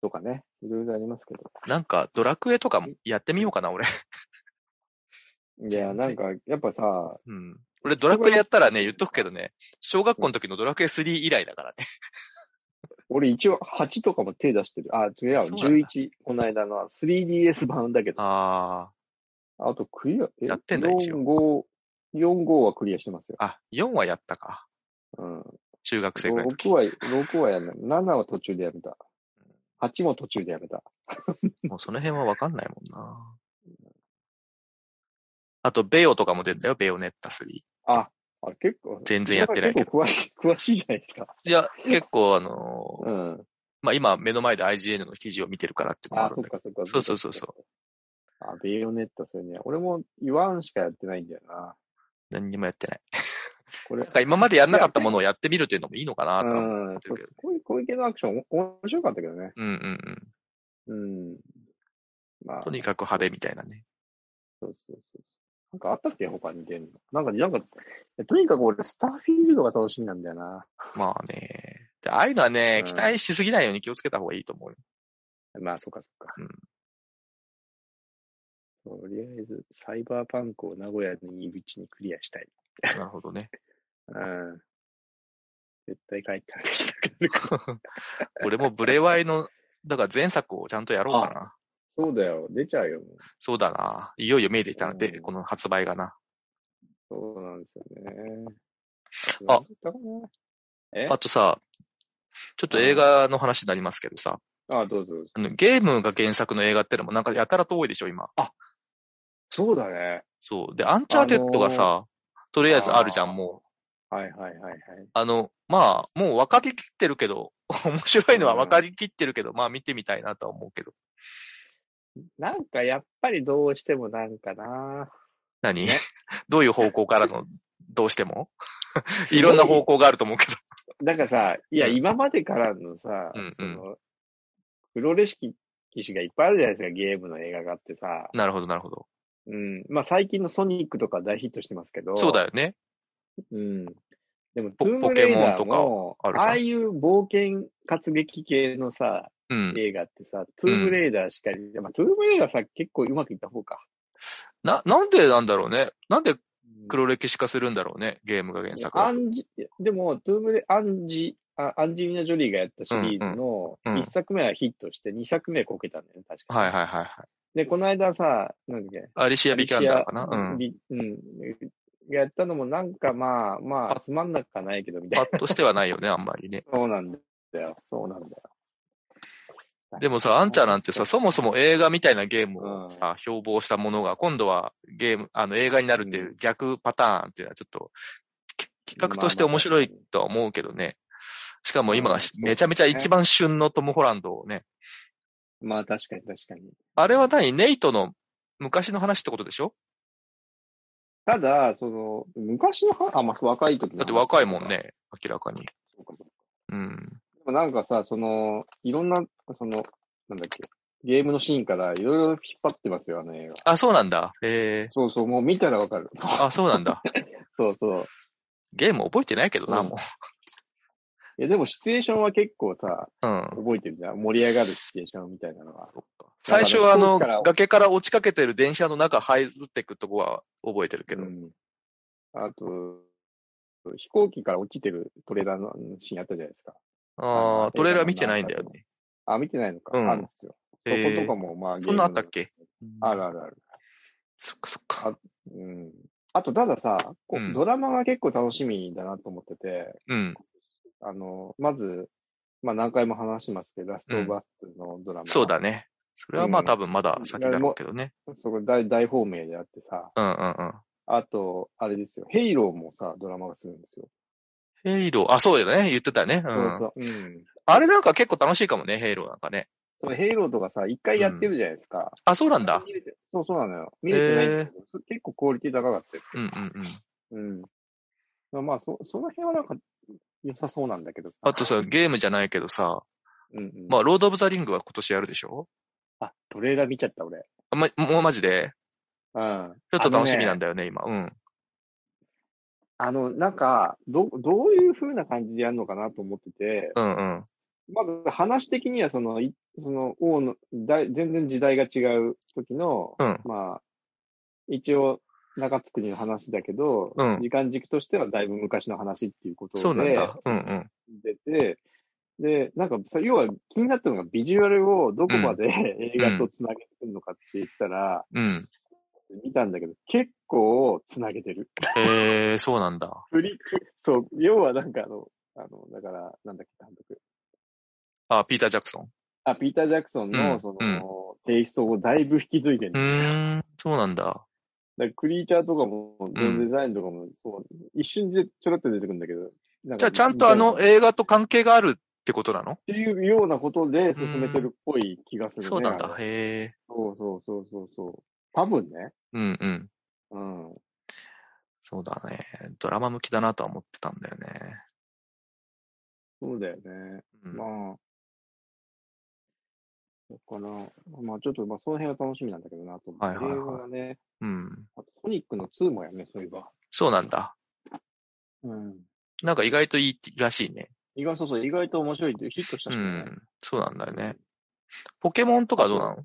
Speaker 2: とかね、いろいろありますけど。
Speaker 1: なんか、ドラクエとかもやってみようかな、俺。 [laughs]
Speaker 2: いや、なんか、やっぱさ、
Speaker 1: うん。俺、ドラクエやったらね、言っとくけどね、小学校の時のドラクエ3以来だからね。
Speaker 2: 俺一応8とかも手出してる。あ、違う、
Speaker 1: そうなんだ
Speaker 2: 11、この間の 3DS 版だけど。あ
Speaker 1: あ
Speaker 2: とクリア、え
Speaker 1: やってんだ一
Speaker 2: 応。4、5、4、5はクリアしてますよ。
Speaker 1: ー、あ、4はやったか。
Speaker 2: うん。
Speaker 1: 中学生ぐらいの
Speaker 2: 6
Speaker 1: 時。
Speaker 2: は、6はやんない。7は途中でやめた。8も途中でやめた。
Speaker 1: もうその辺はわかんないもんな。あと、ベヨとかも出んだよ、ベヨネッタ3。
Speaker 2: あ、あれ結構。
Speaker 1: 全然やってないけど
Speaker 2: 結構詳しい、詳しいじゃないですか。
Speaker 1: いや、結構あのー
Speaker 2: うん。
Speaker 1: まあ、今目の前で IGN の記事を見てるからってのもあ
Speaker 2: あ、
Speaker 1: るん
Speaker 2: そっ
Speaker 1: だけ
Speaker 2: かそっか。。
Speaker 1: そうそうそうそう
Speaker 2: あ、ベヨネット、それね。俺も言わんしかやってないんだよな。
Speaker 1: ど、何にもやってない。
Speaker 2: これ
Speaker 1: なん、か今までやんなかったものをやってみるというのもいいのかなとは思
Speaker 2: う
Speaker 1: っ
Speaker 2: ん。
Speaker 1: てるけど。
Speaker 2: こういう、こういう系のアクション、お面白かったけどね。
Speaker 1: うんうんうん。
Speaker 2: うん。まあ、
Speaker 1: とにかく派手みたいなね。
Speaker 2: そうそうそう。なんかあったっけ他にゲーム。なんか、なんか、えとにかく俺、スターフィールドが楽しみなんだよな。
Speaker 1: まあね。でああいうのはね、
Speaker 2: うん
Speaker 1: 期待しすぎないように気をつけた方がいいと思うよ。
Speaker 2: まあ、そっかそっか。
Speaker 1: うん
Speaker 2: とりあえず、サイバーパンクを名古屋にいるうちにクリアしたい。
Speaker 1: なるほどね。 [laughs]
Speaker 2: うん。絶対帰ってきたくなるから。
Speaker 1: 俺もブレワイの、だから前作をちゃんとやろうかな。
Speaker 2: そうだよ。出ちゃうよ。もう
Speaker 1: そうだな。いよいよ見えてきたな。で、
Speaker 2: うん
Speaker 1: この発売がな。
Speaker 2: そうなんですよね。
Speaker 1: あ
Speaker 2: なんだったかえ
Speaker 1: あとさ、ちょっと映画の話になりますけどさ、
Speaker 2: な。あ、どうぞどうぞ。
Speaker 1: あのゲームが原作の映画ってのもなんかやたらと多いでしょ、今。
Speaker 2: そうだね。
Speaker 1: そう。で、アンチャーテッドがさ、
Speaker 2: あ
Speaker 1: とりあえずあるじゃ
Speaker 2: あー
Speaker 1: ん、もう。
Speaker 2: はいはいはいはい。
Speaker 1: あの、まあ、もう分かりきってるけど、 [laughs] 面白いのは分かりきってるけど、まあ見てみたいなとは思うけど。
Speaker 2: なんかやっぱりどうしてもなんかな。
Speaker 1: 何、
Speaker 2: ね
Speaker 1: どういう方向からの、どうしても [laughs] いろんな方向があると思うけど。
Speaker 2: なんかさ、いや、
Speaker 1: うん
Speaker 2: 今までからのさ、
Speaker 1: うんうん
Speaker 2: その、黒レシピ機種がいっぱいあるじゃないですか、ゲームの映画があってさ。
Speaker 1: [laughs] なるほど、なるほど。
Speaker 2: うん。まあ最近のソニックとか大ヒットしてますけど。
Speaker 1: そうだよね。
Speaker 2: うん。でも、
Speaker 1: ポ
Speaker 2: トゥームレイダー
Speaker 1: ポケ
Speaker 2: も
Speaker 1: あるじゃん
Speaker 2: ああいう冒険活劇系のさ、
Speaker 1: うん。
Speaker 2: 映画ってさ、トゥームレイダーしかり、まあトゥームレイダーさ、結構うまくいった方か。
Speaker 1: な、なんでなんだろうね。なんで黒歴史化するんだろうね。ゲームが原作だ
Speaker 2: ア
Speaker 1: と
Speaker 2: ンジ、でも、トゥームレイ、アンジ、あアンジェリーナ・ジョリーがやったシリーズの
Speaker 1: うんうんうん
Speaker 2: 1作目はヒットして2作目はこけたんだよね、確かに。
Speaker 1: はいはいはいはい。
Speaker 2: で、この間さ、なんだっけ、
Speaker 1: アリシア・ビキャンダーかな。うん。
Speaker 2: ビうん。やったのもなんかまあまあ、つまんなくはないけど、みた
Speaker 1: パ
Speaker 2: いな。
Speaker 1: ッとしてはないよね、あんまり [laughs] ね。
Speaker 2: そうなんだよ。そうなんだよ。
Speaker 1: でもさ、アンチャーなんてさ、そもそも映画みたいなゲームを
Speaker 2: う
Speaker 1: さ、標榜したものが、今度はゲーム、あの映画になるっていう逆パターンっていうのはちょっと、き企画として面白いとは思うけどね。しかも今がし
Speaker 2: うん
Speaker 1: めちゃめちゃ一番旬のトム・ホランドをね。
Speaker 2: まあ確かに確かに。
Speaker 1: あれは何ネイトの昔の話ってことでしょ
Speaker 2: ただ、その、昔のは、あ、まあ若い時の話
Speaker 1: だって若いもん。ね、明らかに。
Speaker 2: そうかも
Speaker 1: うん。
Speaker 2: でもなんかさ、その、いろんな、その、なんだっけ、ゲームのシーンからいろいろ引っ張ってますよ、あの映画。
Speaker 1: あ、そうなんだ。ええ
Speaker 2: そうそう、もう見たらわかる。 [laughs]
Speaker 1: あ、そうなんだ。 [laughs]
Speaker 2: そうそう。
Speaker 1: ゲーム覚えてないけどな、も
Speaker 2: いや、でもシチュエーションは結構さ、
Speaker 1: う。うん。
Speaker 2: 覚えてるじゃん。盛り上がるシチュエーションみたいなのは。
Speaker 1: 最初はあの、
Speaker 2: だから
Speaker 1: 崖から落ちかけてる電車の中這いずってくとこは覚えてるけど。
Speaker 2: うん。あと、飛行機から落ちてるトレーラーのシーンあったじゃないですか。
Speaker 1: ああ、トレーラー見てないんだよね。
Speaker 2: あ、見てないのか。
Speaker 1: うん
Speaker 2: あるんですよ。そ
Speaker 1: え
Speaker 2: ことか
Speaker 1: ー、
Speaker 2: も、まあ、
Speaker 1: そんなあったっけ
Speaker 2: あるあるある。
Speaker 1: そっかそっか。
Speaker 2: うん。あと、たださ、こ
Speaker 1: うん
Speaker 2: ドラマが結構楽しみだなと思ってて、
Speaker 1: うん。
Speaker 2: あの、まず、まあ何回も話してますけど、ラストオブアスのドラマ。
Speaker 1: そうだね。それはまあ
Speaker 2: うん
Speaker 1: 多分まだ先だろうけどね。
Speaker 2: そこ大、大方面であってさ、
Speaker 1: うんうんうん。
Speaker 2: あと、あれですよ、ヘイローもさ、ドラマがするんですよ。
Speaker 1: ヘイロー、あ、そうだね。言ってたね。う。
Speaker 2: そうんそううん。
Speaker 1: あれなんか結構楽しいかもね、ヘイローなんかね。
Speaker 2: そのヘイローとかさ、一回やってるじゃないですか。
Speaker 1: あ、そうなんだ。
Speaker 2: 見れてそうそうなのよ。見れてないんですけど、それ結構クオリティ高かったです
Speaker 1: うんうんうん。
Speaker 2: よ。うん。まあまあ、そ、その辺はなんか、良さそうなんだけど。
Speaker 1: あとさ、ゲームじゃないけどさ、
Speaker 2: うんうん。
Speaker 1: まあ、ロード・オブ・ザ・リングは今年やるでしょ
Speaker 2: あ、トレーラー見ちゃった、俺。
Speaker 1: あま、もうマジで。
Speaker 2: うん。
Speaker 1: ちょっと楽しみ
Speaker 2: あのね
Speaker 1: なんだよね、今。うん。
Speaker 2: あの、なんか、ど、どういう風な感じでやるのかなと思ってて、
Speaker 1: うんうん。
Speaker 2: まず話的にはその、いその、王の、だい全然時代が違う時の、
Speaker 1: うん
Speaker 2: まあ、一応、中津国の話だけど、
Speaker 1: うん
Speaker 2: 時間軸としてはだいぶ昔の話っていうことで、
Speaker 1: そうなんだ。うんうん。
Speaker 2: 出て、で、なんかさ、要は気になったのがビジュアルをどこまで、映画とつなげてくるのかって言ったら、
Speaker 1: うん。
Speaker 2: 見たんだけど、結構つなげてる。
Speaker 1: えー、そうなんだ。
Speaker 2: フリック、そう、要はなんかあの、あの、だから、なんだっけ、監督。
Speaker 1: あ、ピーター・ジャクソン。
Speaker 2: あ、ピーター・ジャクソン
Speaker 1: う
Speaker 2: の、
Speaker 1: ん
Speaker 2: その、テイストをだいぶ引き継いでるん
Speaker 1: う
Speaker 2: ですよ。だか
Speaker 1: ーん、そうなんだ。
Speaker 2: らクリーチャーとかも、デザインとかも、そう、一瞬でちょろっと出てくるんだけど。なか
Speaker 1: じゃあ、ちゃんとあの、映画と関係があるってことなの
Speaker 2: っていうようなことで進めてるっぽい気がするね。
Speaker 1: そうなんだ
Speaker 2: あ。れ
Speaker 1: へ
Speaker 2: そうそうそうそうそう。多分ね。
Speaker 1: ー。うんうん。
Speaker 2: うん。
Speaker 1: そうだね。ドラマ向きだなとは思ってたんだよね。
Speaker 2: そうだよね。
Speaker 1: うん
Speaker 2: まあ。そっかな。まあちょっと、まあその辺は楽しみなんだけどなと思って。
Speaker 1: はいはいはい
Speaker 2: 映画がね、
Speaker 1: うん。
Speaker 2: あとソニックの2もやね、そういえば。
Speaker 1: そうなんだ。
Speaker 2: うん。
Speaker 1: なんか意外といいらしいね。
Speaker 2: 意外、そうそう、意外と面白いってヒットした
Speaker 1: う
Speaker 2: しね。
Speaker 1: ん。そうなんだよね。ポケモンとかどうなの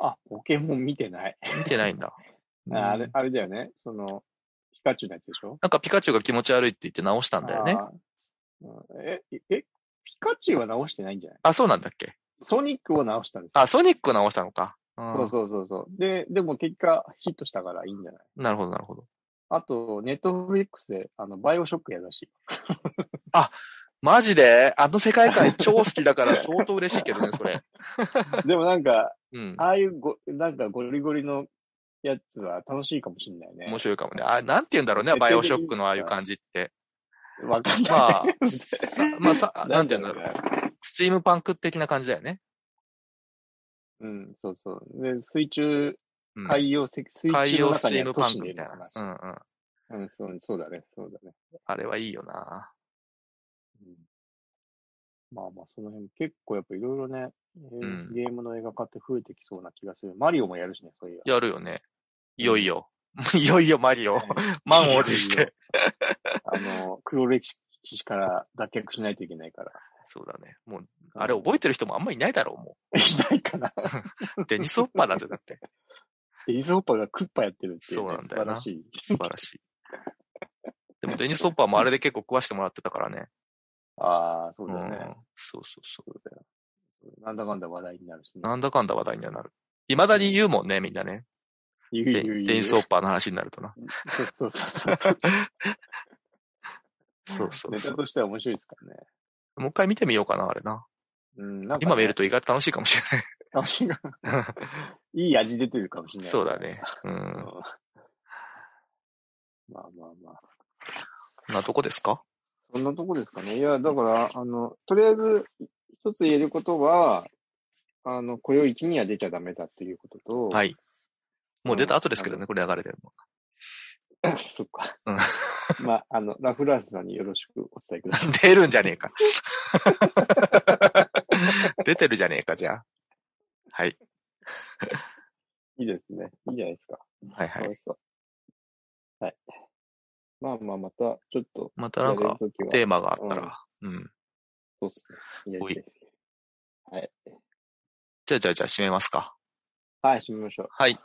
Speaker 2: あ、ポケモン見てない。
Speaker 1: 見て
Speaker 2: [laughs]
Speaker 1: ないんだ。うん
Speaker 2: ああれ、あれだよね。その、ピカチュウのやつでしょ
Speaker 1: なんかピカチュウが気持ち悪いって言って直したんだよね。
Speaker 2: あーうんえ、え、ピカチュウは直してないんじゃない
Speaker 1: あ、そうなんだっけ
Speaker 2: ソニックを直したんですよ。
Speaker 1: あ、ソニックを直したのか。あー
Speaker 2: そうそうそうそう。で、でも結果ヒットしたからいいんじゃない
Speaker 1: なるほど、なるほど。
Speaker 2: あと、ネットフリックスで、あの、バイオショックやるらしい。
Speaker 1: マジであの世界観超好きだから相当嬉しいけどね、それ。 [laughs]
Speaker 2: でもなんか、
Speaker 1: うん。
Speaker 2: ああいうご、なんかゴリゴリのやつは楽しいかもしんないね
Speaker 1: 面。白いかもね。あ、なんて言うんだろうね、バイオショックのああいう感じって。
Speaker 2: わかんない。
Speaker 1: まあ、さま
Speaker 2: [laughs]
Speaker 1: あさ、なんて言うんだろう。
Speaker 2: ろう。
Speaker 1: スチームパンク的な感じだよね。
Speaker 2: うん、そうそう。で、水中、
Speaker 1: うん
Speaker 2: 海洋石、水
Speaker 1: 海
Speaker 2: 中の
Speaker 1: 洋ス
Speaker 2: 中
Speaker 1: チー
Speaker 2: にある
Speaker 1: ム
Speaker 2: 都
Speaker 1: パン
Speaker 2: 市
Speaker 1: ク
Speaker 2: で
Speaker 1: み
Speaker 2: の
Speaker 1: たいな。
Speaker 2: 話
Speaker 1: う。んうん。
Speaker 2: うん、そう、そうだね、そうだね。
Speaker 1: あれはいいよな。
Speaker 2: うんまあまあ、その辺、結構やっぱいろいろね、えー
Speaker 1: うん
Speaker 2: ゲームの映画化って増えてきそうな気がする。マリオもやるしね、そういや。
Speaker 1: やるよね。いよいよ。 [laughs] いよいよマリオ。満を持し
Speaker 2: いよい
Speaker 1: て
Speaker 2: よ。。あの、黒歴史から脱却しないといけないから。 [laughs]
Speaker 1: そうだね。もう、あれ覚えてる人もあんまいないだろう、も
Speaker 2: いないかな。
Speaker 1: う。デニス・ホッパーだぜ、だ
Speaker 2: [laughs]
Speaker 1: って。
Speaker 2: エリゾーパがクッパやってるっていう、ね、
Speaker 1: そうなんだよな
Speaker 2: 素晴らしい。
Speaker 1: 素晴らしい。でも、デニス・ホッパーもあれで結構食わしてもらってたからね。
Speaker 2: ああ、そう
Speaker 1: う
Speaker 2: だよ
Speaker 1: ん
Speaker 2: ね。。
Speaker 1: そうそうそう。
Speaker 2: そうだよ。なんだかんだ話題になるしね。
Speaker 1: なんだかんだ話題にはなる。未だに言うもんね、みんなね。
Speaker 2: ゆう
Speaker 1: デ
Speaker 2: ゆう
Speaker 1: ニ
Speaker 2: ゆ
Speaker 1: デ
Speaker 2: う
Speaker 1: ニス・ホッパーの話になるとな。
Speaker 2: [laughs] そうそうそうそう。
Speaker 1: [laughs] そうそう
Speaker 2: ネ
Speaker 1: そ
Speaker 2: タ
Speaker 1: う。
Speaker 2: としては面白いですからね。
Speaker 1: もう一回見てみようかな、あれな。
Speaker 2: うん、なんかね
Speaker 1: 今見ると意外と楽しいかもしれない。
Speaker 2: 楽しいが。い [laughs] い味出てるかもしれない。
Speaker 1: そうだ。ね。う
Speaker 2: [laughs] うん
Speaker 1: ん。
Speaker 2: まあまあまあ。
Speaker 1: こんなとこですか
Speaker 2: そんなとこですかね。いや、だから、あの、とりあえず、一つ言えることは、あの、雇用一には出ちゃダメだっていうことと、。
Speaker 1: はいい。もう出た後ですけどね、これ流れてるの。
Speaker 2: [laughs] そっか。
Speaker 1: うん
Speaker 2: まあ、あの、ラフランスさんによろしくお伝えください。
Speaker 1: 出るんじゃ [laughs] ねえか。出てるじゃねえか、じゃあ。はい。
Speaker 2: いいですね。いいじゃないですか。
Speaker 1: はいはい。
Speaker 2: 楽しそう。はい。まあまあ、また、ちょっと、
Speaker 1: またなん
Speaker 2: やれ
Speaker 1: か
Speaker 2: る、時は
Speaker 1: テーマがあったら。うん。
Speaker 2: そうですね。やりたいですね。はい。
Speaker 1: じゃあじゃあじゃあ、締めますか。
Speaker 2: はい、締めましょう。
Speaker 1: はい。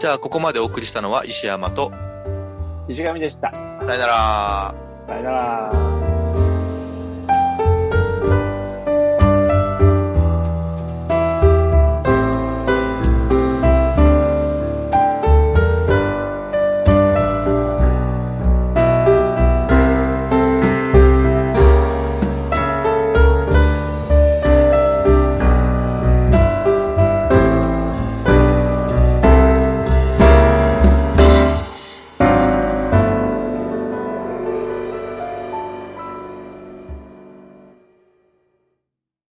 Speaker 1: じゃあ、ここまでお送りしたのは石山と、
Speaker 2: 石神でした。
Speaker 1: さよなら。
Speaker 2: さよなら。